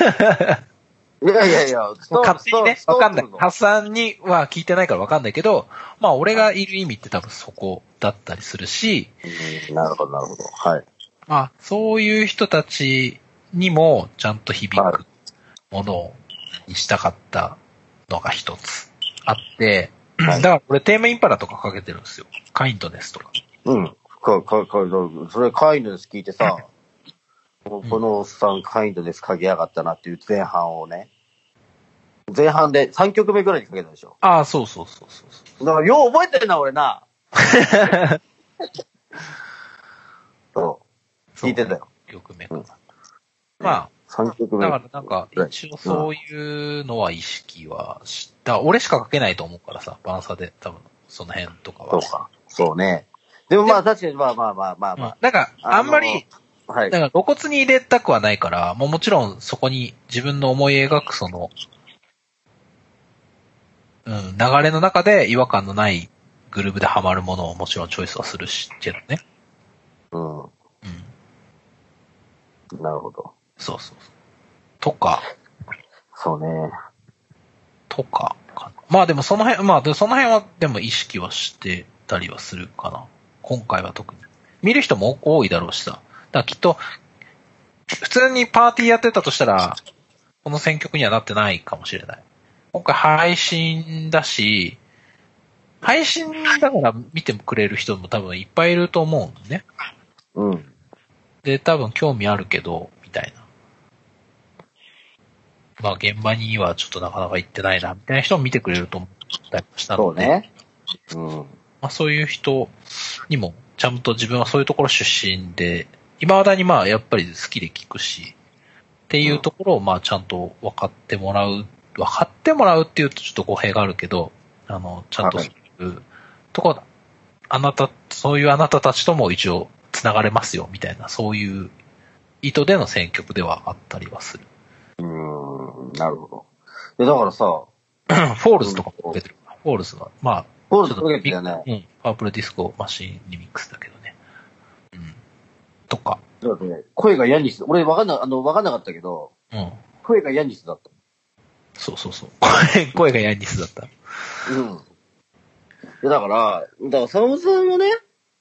S2: いやいやいや、
S1: 勝手にね、わかんない。
S2: は
S1: 発散には聞いてないからわかんないけど、まあ、俺がいる意味って多分そこだったりするし、
S2: なるほど、なるほど。はい。
S1: まあ、そういう人たちにもちゃんと響
S2: はい
S1: くものにしたかったのが一つあって、だ
S2: はい
S1: からこれテーマインパラとかかけてるんですよ。カインドネスとか。
S2: うん。か、か、か、それ、カインドネス聞いてさ、このおっさん、カインドネスかけやがったなっていう前半をね、前半で3曲目ぐらいにかけたでしょ。
S1: ああ、そうそうそうそうそう。
S2: だから、よう覚えてるな、俺な。そう。聞いてたよ。
S1: 曲目か
S2: う
S1: な。
S2: ん
S1: ま
S2: 3曲
S1: あ、
S2: 目。
S1: だからなんか、一応そういうのは意識はし、だから俺しか書けないと思うからさ、バンサで多分、その辺とか
S2: そ
S1: は
S2: う。か。そうね。でもまあ確かに、まあまあまあまあ
S1: まあ
S2: ま、
S1: なんか、
S2: あのー
S1: あんまり、
S2: あ。はい
S1: だ。から露骨に入れたくはないから、もうもちろんそこに自分の思い描くその、うん、流れの中で違和感のないグループでハマるものをもちろんチョイスはするし、けどね。
S2: う
S1: うん。
S2: ん。なるほど。
S1: そうそうそう。とか、
S2: そうね。
S1: とかかなまあでもその辺、まあでその辺はでも意識はしてたりはするかな。今回は特に。見る人も多いだろうしさ。だからきっと、普通にパーティーやってたとしたら、この選曲にはなってないかもしれない。今回配信だし、配信だから見てくれる人も多分いっぱいいると思うのね。
S2: うん。
S1: で、多分興味あるけど、みたいな。まあ現場にはちょっとなかなか行ってないな、みたいな人も見てくれると思ったりもした
S2: そ
S1: の
S2: う
S1: で、
S2: ね。うん。
S1: まあそういう人にも、ちゃんと自分はそういうところ出身で、今だにまあやっぱり好きで聞くし、っていうところをまあちゃんと分かってもらう、分かってもらうっていうとちょっと語弊があるけど、あの、ちゃんとそういうところだ、あなた、そういうあなたたちとも一応繋がれますよ、みたいな、そういう意図での選曲ではあったりはする。
S2: うん。なるほど。で、だからさ、
S1: フォールズとかも出てるからフォールズは、まあ、
S2: ポー
S1: ちょっ
S2: ルズ
S1: と
S2: かけてたよね。
S1: うん。パープルディスコマシンリミックスだけどね。うん。とか。
S2: だってね声がヤニス。俺わかんな、あの、わかんなかったけど、
S1: うん。
S2: 声がヤニスだっ
S1: そうそうそう。声、声がヤンニスだった。
S2: た。うん。で、だから、だから、サムさんはね、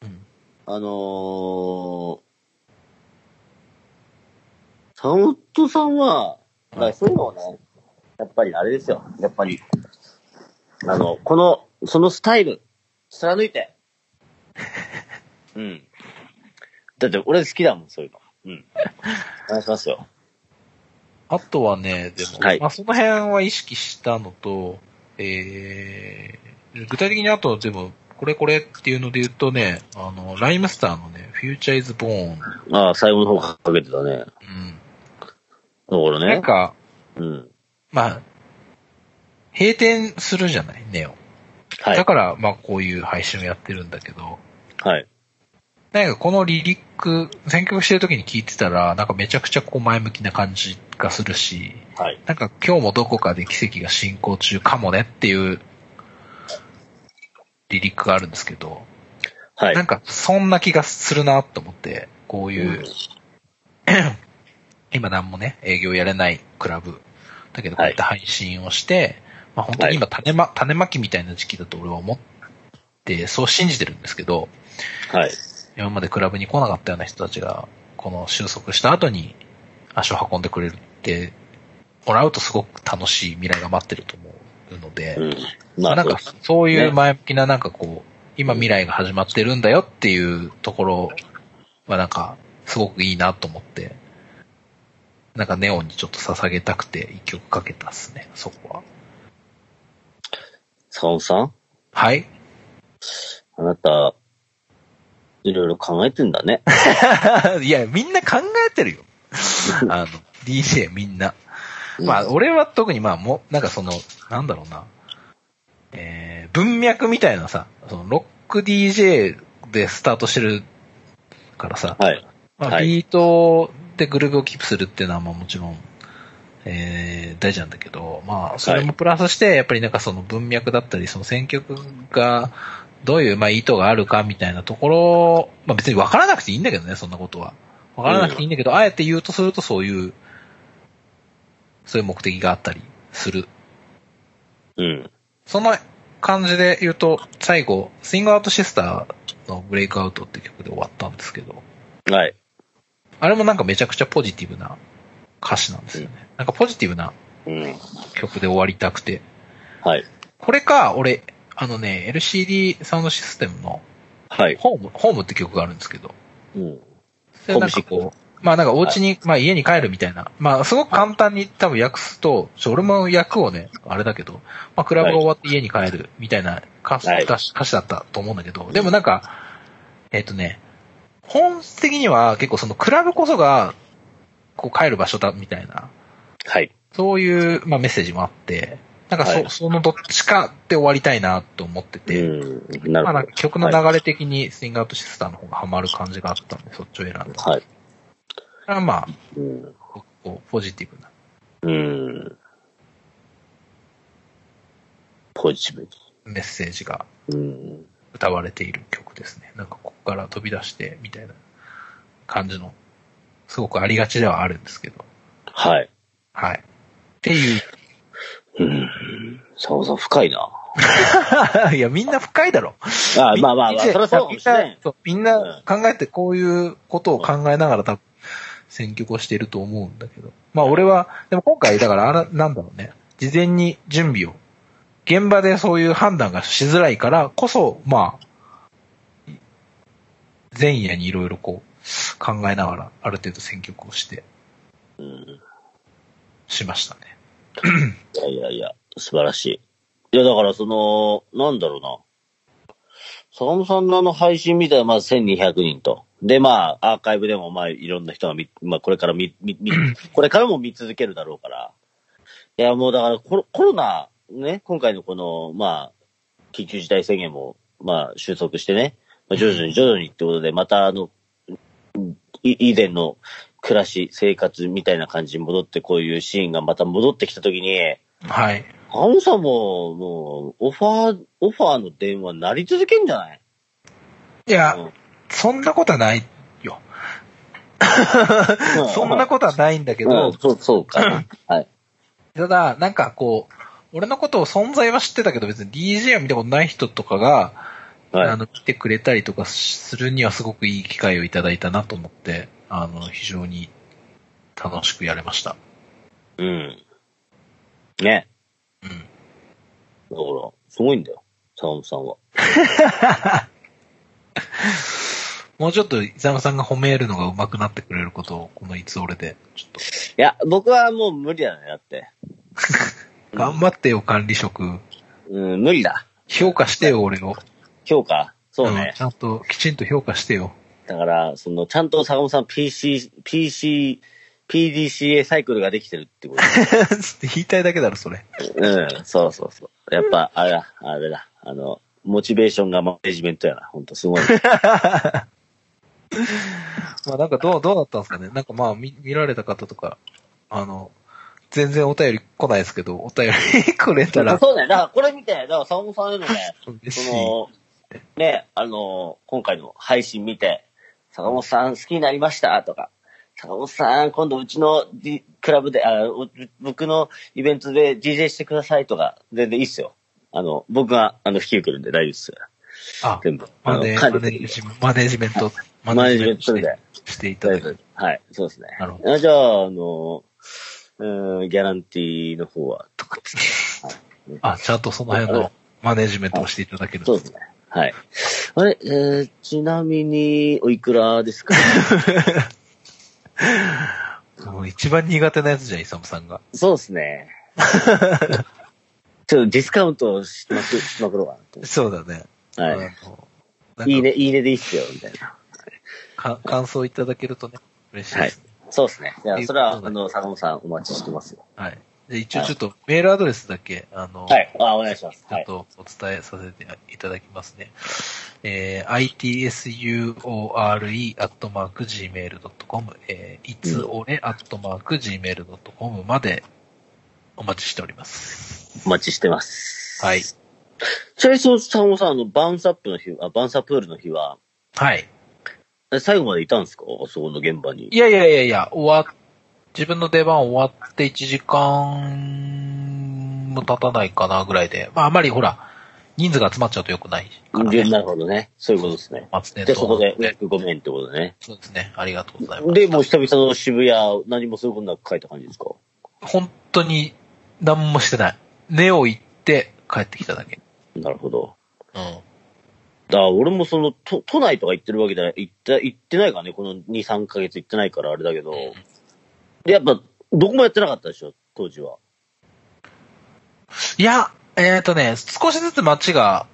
S1: うん。
S2: あのー、サウンドさんは、だからそういうのをね、やっぱりあれですよ、やっぱり。あの、この、そのスタイル、貫い て。うん。だって俺好きだもん、そういうの。うん。お願いしますよ。
S1: あとはね、でも、
S2: はい
S1: まあその辺は意識したのと、えー、具体的にあと、でも、これこれっていうので言うとね、あの、ライムスターのね、フューチャーイズボーン。
S2: ああ、最後の方かけてた
S1: う
S2: ね。
S1: ん。
S2: だからね。
S1: なんか、
S2: うん。
S1: まあ、閉店するじゃない、ネオ。
S2: は
S1: だ
S2: い。
S1: から、まあこういう配信をやってるんだけど、
S2: はい。
S1: なんかこのリリック、選曲してる時に聞いてたら、なんかめちゃくちゃこう前向きな感じがするし、
S2: はい。
S1: なんか今日もどこかで奇跡が進行中かもねっていうリリックがあるんですけど、
S2: はい
S1: なん。かそんな気がするなと思って、こういう、 今何もね、営業やれないクラブ、だけどこうやって配信をして、まあ本当に今種ま、種まきみたいな時期だと俺は思って、そう信じてるんですけど、
S2: はい。
S1: 今までクラブに来なかったような人たちが、この収束した後に足を運んでくれるって、もらうとすごく楽しい未来が待ってると思うので、
S2: うん。
S1: ま
S2: ま
S1: あ
S2: あ、
S1: なん
S2: そう
S1: か
S2: です
S1: そうい
S2: ね
S1: う前向きななんかこう、今未来が始まってるんだよっていうところはなんかすごくいいなと思って、なんかネオンにちょっと捧げたくて一曲かけたっすね、そこは。
S2: 坂本さん
S1: はい
S2: あなた、いろいろ考えてん だね。
S1: いや、みんな考えてるよ。あの、DJ みんな。
S2: うん
S1: まあ、俺は特にまあ、もう、なんかその、なんだろうな。えー、文脈みたいなさ、その、ロック DJ でスタートしてるからさ、
S2: はい。
S1: まあ、
S2: はい
S1: ビートでグループをキープするっていうのは、まあもちろん、えー、大事なんだけど、まあ、それもプラスして、やっぱりなんかその文脈だったり、その選曲が、どういう、まあ、意図があるかみたいなところ、まあ別に分からなくていいんだけどね、そんなことは。分からなくていいんだけど、あえて言うとするとそういう、そういう目的があったりする。
S2: うん。
S1: その感じで言うと、最後、スイングアウトシスターのブレイクアウトって曲で終わったんですけど、
S2: はい。
S1: あれもなんかめちゃくちゃポジティブな歌詞なんですよね。なんかポジティブな
S2: うん。
S1: 曲で終わりたくて。
S2: はい。
S1: これか、俺、あのね、LCD サウンドシステムの
S2: はい。
S1: ホーム、ホームって曲があるんですけど、
S2: うん。
S1: それなんか
S2: ホームシッ
S1: こう、まあなんかお家に、まあ家に帰るみたいな。まあすごく簡単に多分訳すと、ちょ俺も訳をね、あれだけど、まあクラブが終わって家に帰るみたいな歌詞,、
S2: はい
S1: 歌詞歌詞だったと思うんだけど、でもなんか、えっ、とね、本質的には結構そのクラブこそが、こう帰る場所だみたいな
S2: はい。
S1: そういう、まあ、メッセージもあって、なんかそ,、
S2: はい
S1: そのどっちかで終わりたいなと思って
S2: う
S1: て、
S2: ん。な
S1: まあ、なん
S2: る
S1: か曲の流れ的にスイングアウトシスターの方がハマる感じがあったんで、そっちを選んだ。
S2: ほど。はい。
S1: それはまあ、
S2: うん。
S1: こうこうポジティブな。
S2: うん。ポジティブ
S1: メッセージが
S2: に。うん。
S1: 歌われている曲ですね。なんかここから飛び出してみたいな感じの、すごくありがちではあるんですけど。
S2: はい。
S1: はい。って いう。
S2: うん。坂本さん、深いな。
S1: いや、みんな深いだろ。
S2: あまあまあまあ、
S1: みん
S2: そりゃそうかもしれない。
S1: そうみんな考えて、こういうことを考えながら多分、選曲をしていると思うんだけど。まあ俺は、でも今回、だからあら、なんだろうね。事前に準備を。現場でそういう判断がしづらいからこそ、まあ、前夜にいろいろこう、考えながら、ある程度選曲をして、
S2: うん
S1: しましたね。
S2: いやいやいや、素晴らしい。いや、だからその、なんだろうな。坂本さんのあの配信見たらまず1200人と。で、まあ、アーカイブでもまあ、いろんな人が見、まあ、これから見、見、見、これからも見続けるだろうから。いや、もうだからコロ、コロナ、ね、今回のこの、まあ、緊急事態宣言も、まあ、収束してね、まあ、徐々に徐々にってことで、またあの、い以前の暮らし、生活みたいな感じに戻って、こういうシーンがまた戻ってきたときに、
S1: はい。
S2: ハムさんも、もう、オファー、オファーの電話なり続けんじゃない
S1: いや、
S2: うん
S1: そんなことはないよ。 そんなことはないんだけ
S2: と
S1: ど、
S2: うん、そう、そ うか。はい。
S1: ただ、なんかこう、俺のことを存在は知ってたけど、別に DJ を見たことない人とかが、あ
S2: はい。
S1: の、来てくれたりとかするにはすごくいい機会をいただいたなと思って、あの、非常に楽しくやれました。
S2: うん。ね。
S1: うん。
S2: だから、すごいんだよ。坂本さんは。
S1: もうちょっと、伊沢さんが褒めるのが上手くなってくれることを、このいつ俺で、ちょっと、
S2: いや、僕はもう無理だね、だって。
S1: 頑張ってよ、管理職。
S2: うん、無理だ。
S1: 評価してよ、俺を。
S2: 評価。そうね
S1: ん。ちゃんときちんと評価して よ。
S2: だから、その、ちゃんと坂本さん PC、PC、PDCA サイクルができてるってこと。
S1: 言いたいだけだろ、それ。
S2: うん、そうそうそう。やっぱ、あれだ、あれだ、あの、モチベーションがマネジメントやな。ほんと、すごい。
S1: まあなんかどう、どうだったんですかねなんかまあ見見られた方とか、あの、全然お便り来ないですけど、お便りくれたら
S2: そうね。だから、これ見て、だから、坂本さんへ のね、
S1: 嬉しい。
S2: その、ね、あの、今回の配信見て、坂本さん好きになりましたとか、坂本さん今度うちの、D、クラブで、あお僕のイベントで DJ してくださいとか、全然いいっすよ。あの、僕が、あの、引き受けるんで大丈夫っすよ。
S1: あ、
S2: 全部。あ
S1: マ
S2: の、
S1: ネマ
S2: 管
S1: ネ
S2: 理で
S1: ジメントマネジメント、
S2: マネジメント
S1: マネジメ
S2: で
S1: ントしてしていただ
S2: 大
S1: い
S2: 丈夫
S1: て。
S2: はい、そうですね。
S1: なるほ
S2: あじゃあ、あの、うん、ギャランティーの方は、とかっつって
S1: あ、ちゃんとその辺のマネジメントをしていただける。
S2: そうですね。はい。あれ、えー、ちなみに、おいくらです か
S1: もう一番苦手なやつじゃん、イサムさんが。
S2: そうです ね。ちょっとディスカウントしまく、しまくろうかなと思
S1: そうだね。
S2: って。はい。
S1: あの
S2: いい。ね、いいねでいいっすよ、みたいな。
S1: なんかか感想いただけるとね、嬉しいですね。
S2: そうですね。じゃあ、それは、
S1: いい
S2: あの、坂本さんお待ちしてますよ。
S1: はい。で一応ちょっとメールアドレスだけ、あの、
S2: はい。あ、お願いします。
S1: ち
S2: は
S1: ょっ
S2: い。
S1: とお伝えさせていただきますね。えー、itsure.gmail.com、えー、itsore.gmail.com までお待ちしております。
S2: お待ちしてます。
S1: はい。
S2: ちなみに、その坂本さん、あの、バウンスアップの日、あ、バウンスアップールの日は、
S1: はい。
S2: え最後までいたんですかあそこの現場に。
S1: いやいやいやいや、終わっ、自分の出番終わって1時間も経たないかなぐらいで、まああまりほら、人数が集まっちゃうと良くないから、
S2: でなるほどね。そういうことですね。
S1: 松根
S2: で、そこで
S1: ね
S2: 205名ってことでね。
S1: そうですね。ありがとうございます。
S2: で、もう久々の渋谷、何もすることなく書いた感じですか
S1: 本当に何もしてない。寝を行って帰ってきただけ。
S2: なるほど。
S1: うん。
S2: だから俺もその、都都内とか行ってるわけじゃない、行った、行ってないからね、この2、3ヶ月行ってないからあれだけど。で、やっぱ、どこもやってなかったでしょ、当時は。
S1: いや、えっ、ー、とね、少しずつ街が、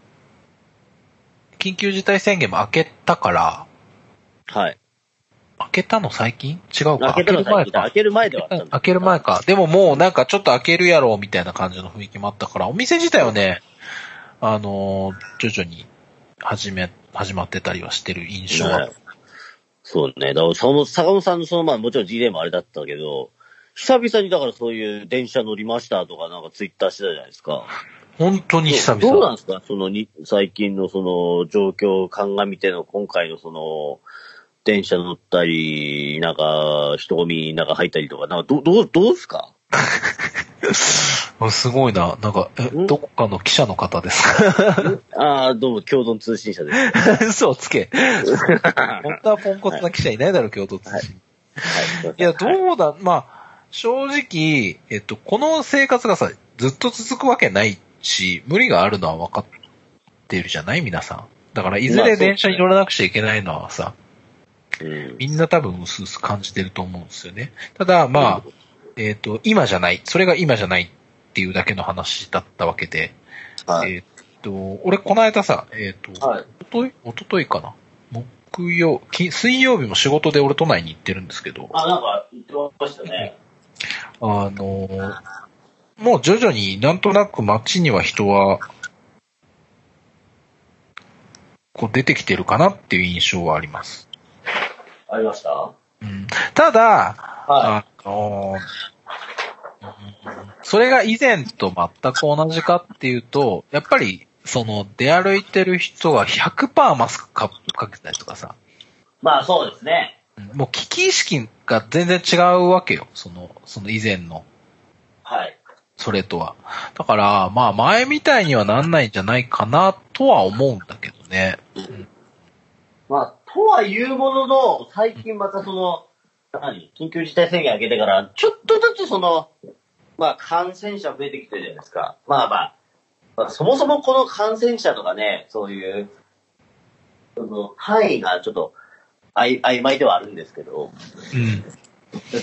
S1: 緊急事態宣言も明けたから、
S2: はい。
S1: 明けたの最近違うか。
S2: 開けたの最近だ。開ける前ではあったんだ
S1: 開ける前か。でももうなんかちょっと開けるやろうみたいな感じの雰囲気もあったから、お店自体はね、あのー徐々に始め、始まってたりはしてる印象はあ
S2: ね
S1: る。
S2: そうね。だから、その、坂本さんのその、まあ、もちろん GD もあれだったけど、久々にだからそういう電車乗りましたとかなんかツイッターしてたじゃないですか。
S1: 本当に久々。
S2: どうなんですかそのに、最近のその状況を鑑みての今回のその、電車乗ったり、なんか、人混みなんか入ったりとか、なんかど、どう、どうですか
S1: あすごいな。なんか、え
S2: うん
S1: どこかの記者の方ですか
S2: ああ、どうも、共同通信 社です。
S1: 嘘をつけ。本当はポンコツな記者いないだろ、京都通信。
S2: はい
S1: いや、どうだ、まあ、正直、えっと、この生活がさ、ずっと続くわけないし、無理があるのは分かってるじゃない皆さん。だから、いず
S2: まあ
S1: れ
S2: そう
S1: 電車に乗らなくちゃいけないのはさ、
S2: うん
S1: みんな多分薄々感じてると思うんですよね。ただ、まあ、えっと、今じゃない。それが今じゃないっていうだけの話だったわけで、
S2: はい。
S1: えっと、俺、この間さ、えっと、
S2: はい。
S1: おととい、おとといかな。木曜、金水曜日も仕事で俺都内に行ってるんですけど、あ
S2: あ、なんか、言ってましたね。
S1: のーもう徐々になんとなく街には人は、こう出てきてるかなっていう印象はあります。
S2: ありましたは
S1: うん、ただ、
S2: い。
S1: あのーうんそれが以前と全く同じかっていうと、やっぱり、その、出歩いてる人が100%マスクかかけたりとかさ、
S2: まあ、そうですね。
S1: もう危機意識が全然違うわけよ。その、その以前の、
S2: はい。
S1: それとは。だから、まあ前みたいにはなんないんじゃないかなとは思うんだけどね。
S2: まあ、とは言うものの、最近またその、何緊急事態宣言明けてから、ちょっとずつその、まあ感染者増えてきてるじゃないですか。まあまあ、まあ、そもそもこの感染者とかね、そういう、その範囲がちょっと曖曖昧ではあるんですけど、
S1: うん。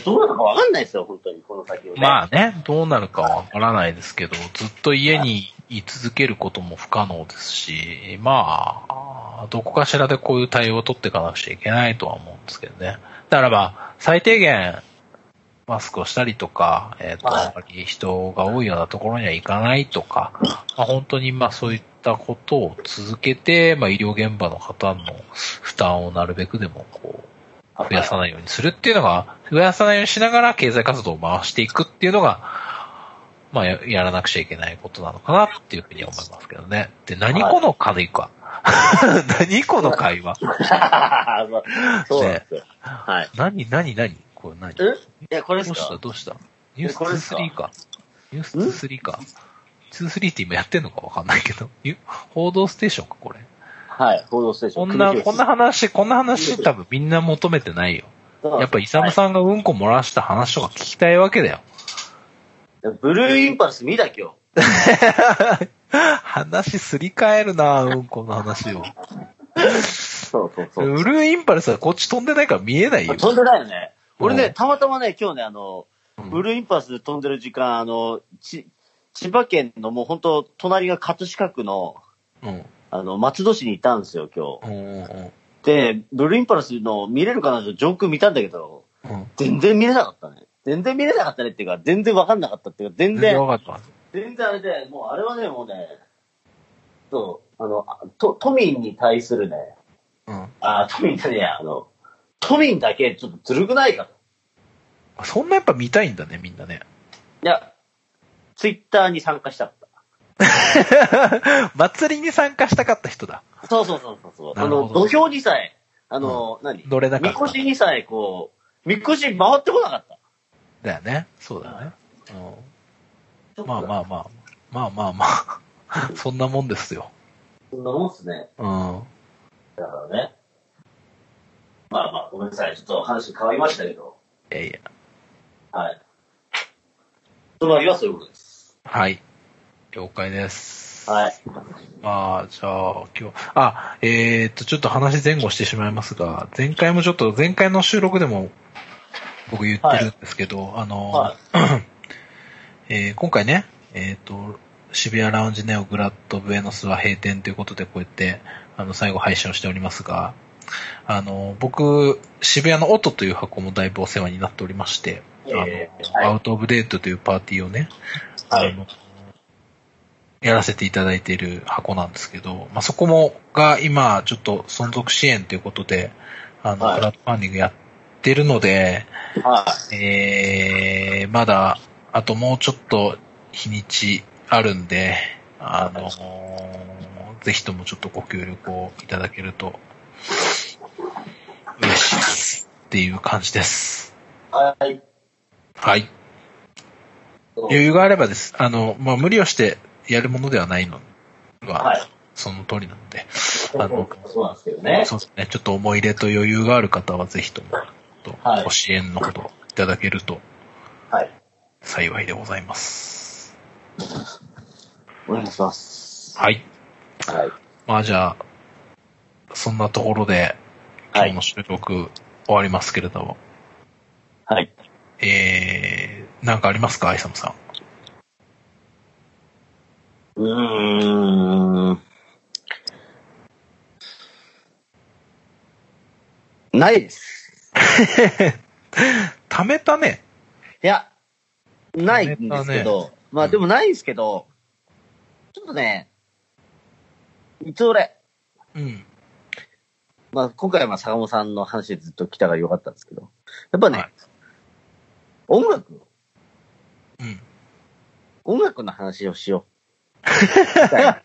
S2: どうなのかわかんないですよ、本当に、この先をね。
S1: まあね、どうなるかわからないですけど、ずっと家に言い続けることも不可能ですし、まあ、どこかしらでこういう対応を取っていかなくちゃいけないとは思うんですけどね。だからまあ、最低限、マスクをしたりとか、えっ、と、
S2: はい
S1: あんまり人が多いようなところには行かないとか、まあ、本当にまあそういったことを続けて、まあ医療現場の方の負担をなるべくでもこう、増や さないようにするっていうのが、増やさないようにしながら経済活動を回していくっていうのが、まあ、ややらなくちゃいけないことなのかなっていうふうに思いますけどね。で、何この会話 何この会話
S2: そうなんですよ。はい。
S1: 何、何、何これ何ど
S2: ええ、これで
S1: う
S2: す
S1: した
S2: か
S1: どうしたニュース
S2: これですか
S1: 23か。ニュース23か。23って今やってんのかわかんないけど。ゆ報道ステーションか、これ。
S2: はい、報道ステーショ
S1: こ
S2: ン。
S1: んな、
S2: 黒木
S1: こんな話、こんな話多分みんな求めてないよ。やっぱイサムさんがうんこ漏らした話とか聞きたいわけだよ。
S2: はいブルーインパルス見た今日。
S1: 話すり替えるなうんこの話を。
S2: そうそう
S1: ウ。ルーインパルスはこっち飛んでないから見えないよ。
S2: 飛んでないよね。俺
S1: う
S2: ね、
S1: ん
S2: たまたまね、今日ね、あの、
S1: うん
S2: ブルーインパルスで飛んでる時間、あの、ち、千葉県のもう本当隣が葛飾区の、
S1: うん。
S2: あの、松戸市にいたんですよ、今日。
S1: うんうん
S2: で、ブルーインパルスの見れるかなと上空見たんだけど、
S1: うん。
S2: 全然見れなかったね。全然見れなかったねっていうか、全然わかんなかったっていうか、全
S1: 全然
S2: 然、
S1: わかっ
S2: 全然あれで、もうあれはね、もうね、そう、あの、あと都民に対するね、
S1: た。うん。
S2: あ、都民じゃねえや、あの、都民だけちょっとずるくないかと。
S1: そんなやっぱ見たいんだね、みんなね。
S2: いや、ツイッターに参加したかっ
S1: 祭りに参加したかった人だ。
S2: た。そうそうそうそうそう。
S1: な
S2: あ
S1: るほど
S2: の、土俵にさえ、あの、何
S1: 乗れなかっ
S2: み
S1: た
S2: こしにさえ、こう、みこし回ってこなかった。
S1: だよね。そうだね。うん。まあ
S2: あ。
S1: まあまあ。まあまあまあ。 そんなもんですよ。
S2: そんなもんっすね。
S1: うん。
S2: だからね。まあまあ、ごめんなさい。ちょっと話変わりましたけど。
S1: いやいや。
S2: はい。つまりはそういうことです。
S1: はい。了解です。
S2: はい。
S1: まあ、じゃあ、今日、あ、えー、っと、ちょっと話前後してしまいますが、前回もちょっと、前回の収録でも、僕言ってるんですけど、あの、
S2: は
S1: えー今回ね、えーっと、渋谷ラウンジネオグラッドブエノスは閉店ということで、こうやって、あの、最後配信をしておりますが、あの、僕、渋谷の音という箱もだいぶお世話になっておりまして、あの、
S2: えーはい
S1: アウトオブデートというパーティーをね、
S2: はい
S1: あの、やらせていただいている箱なんですけど、まあ、そこも、が今、ちょっと存続支援ということで、あの、
S2: はい
S1: クラウドファンディングやってるので、
S2: は
S1: えー、まだ、あともうちょっと日にちあるんで、あのーぜひともちょっとご協力をいただけると、嬉しいですっていう感じです。
S2: い。はい。
S1: はい。余裕があればです。あの、まあ、無理をしてやるものではないのは、
S2: はい。
S1: その通りなので、あの
S2: そうなんですけどね。
S1: そうですね。ちょっと思い入れと余裕がある方はぜひとも、ちょっと
S2: はい
S1: ご支援のほどいただけると
S2: はい。
S1: 幸いでございます。
S2: お願いします。
S1: はい。
S2: はい。
S1: まあじゃあ、そんなところで、今
S2: はい
S1: 日の収録終わりますけれども、
S2: はい。
S1: えー、なんかありますか、アイサムさん。
S2: うーん。ないです。
S1: 貯めたね。
S2: いや、ないんですけど、まあでもないんですけど、ちょっとね、いつ俺、
S1: うん。
S2: まあ今回はまあ坂本さんの話でずっと来たからよかったんですけど、やっぱね、
S1: はい
S2: 音楽、
S1: うん。
S2: 音楽の話をしよう。 次回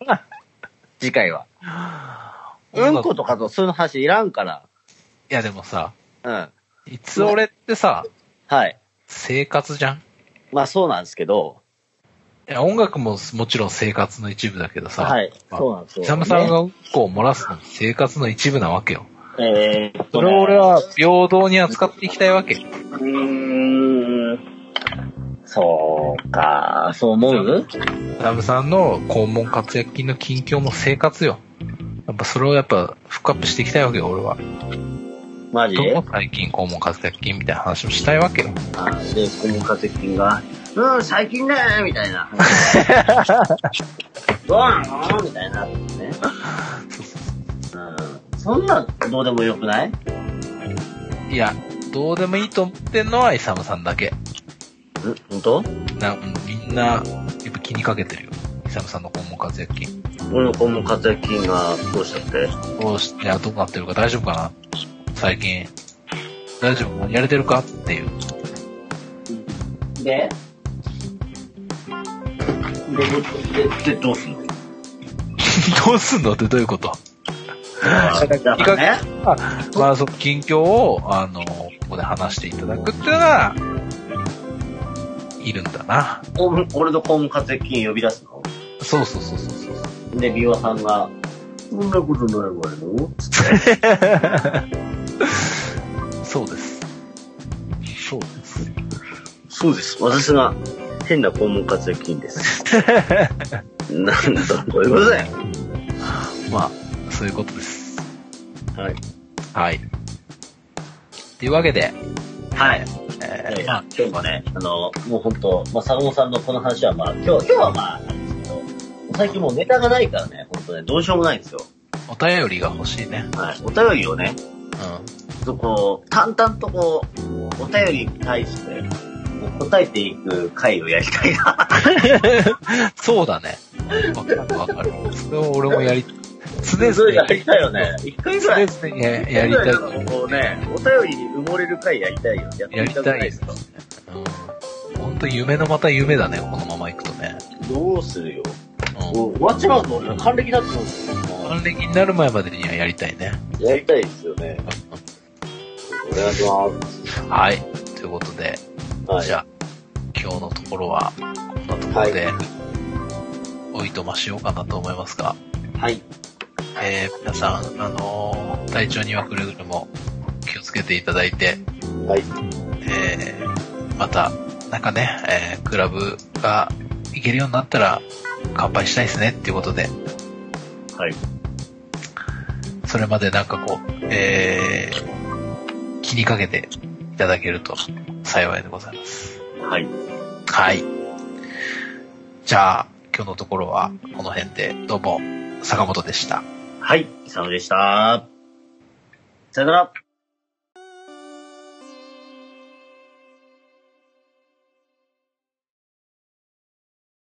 S2: 次回は。うんことかとそういうの話いらんから、
S1: いやでもさ、
S2: うん。
S1: いつ俺ってさ、
S2: はい。
S1: 生活じゃんい
S2: まあそうなんですけど、
S1: や、音楽ももちろん生活の一部だけどさ、
S2: はい。
S1: まあ
S2: そうなんですよ。
S1: イサムさんがうんこを漏らすのも生活の一部なわけよ。
S2: ね、えーっと
S1: そ
S2: ね
S1: れを俺は平等に扱っていきたいわけ。
S2: うーん。そうか、そう思う
S1: ラムさんの肛門活躍金の近況も生活よ。やっぱそれをやっぱフックアップしていきたいわけよ、俺は。
S2: マジ
S1: どうも最近肛門活躍金みたいな話もしたいわけよ。
S2: あーで、この化石が。うん、最近だね、みた いな。どうなのみたいな。ね。うん。そんなんどうでもよくない
S1: いや、どうでもいいと思ってんのはイサムさんだけ。
S2: うん、本当
S1: な、うんみんな、やっぱ気にかけてるよ。イサムさんの今後活躍金。
S2: 俺の子も活躍金がどうしたって。
S1: どうして、どうなってるか大丈夫かな最近。大丈夫やれてるかっていう。
S2: でで、で、で、どうすんの
S1: どうすんのってどういうこと
S2: だからね。
S1: あまあ、その近況を、あの、ここで話していただくっていうのが、いるんだな。
S2: 俺俺の公務活躍金呼び出すの
S1: そうそうそうそうそう。
S2: で、美容さんが、そんなことないわよ。
S1: そうです。そうです。
S2: そうです。私が変な公務活躍金 です。なんだ、こういうことだよ。
S1: まあ、そういうことです。
S2: はい。
S1: はい。というわけで、
S2: はい。
S1: え
S2: え
S1: ー
S2: ー
S1: まあ、
S2: 今日もね、あの、もう本当、まあ、坂本さんのこの話はまあ、今日、今日はまあ、あれですけど、最近もうネタがないからね、本当ね、どうしようもないんですよ。
S1: お便りが欲しいね。
S2: はい。お便りをね、
S1: う
S2: ちょっとこう、淡々とこう、お便りに対して、こう答えていく回をやりたいな。
S1: ん。そうだね。わかるわかる。それを俺もやり、常
S2: それや
S1: 々、
S2: りたいよね。一回ぐらい。
S1: 常々ややりたい。
S2: い。こうね、お便りに埋もれる回やりたいよ。やってみたくないですか
S1: うん。ほんと夢のまた夢だね、このまま行くとね。
S2: どうするよ。
S1: うん。
S2: もう終わっちまうと俺ら還暦だって思う
S1: 還暦になる前までにはやりたいね。
S2: やりたいですよね。お願いします。
S1: はい。ということで、
S2: はい。
S1: じゃあ、今日のところは、こんなところで、おいとましようかなと思いますが、
S2: はい。
S1: えー、皆さん、あのー体調にはくれぐれも気をつけていただいて、
S2: はい。
S1: えー、また、なんかね、えー、クラブが行けるようになったら、乾杯したいですねっていうことで、
S2: はい。
S1: それまでなんかこう、えー、気にかけていただけると幸いでございます。
S2: はい。
S1: はい。じゃあ、今日のところはこの辺で、どうも、坂本でした。
S2: はい。イサムでした。さよなら。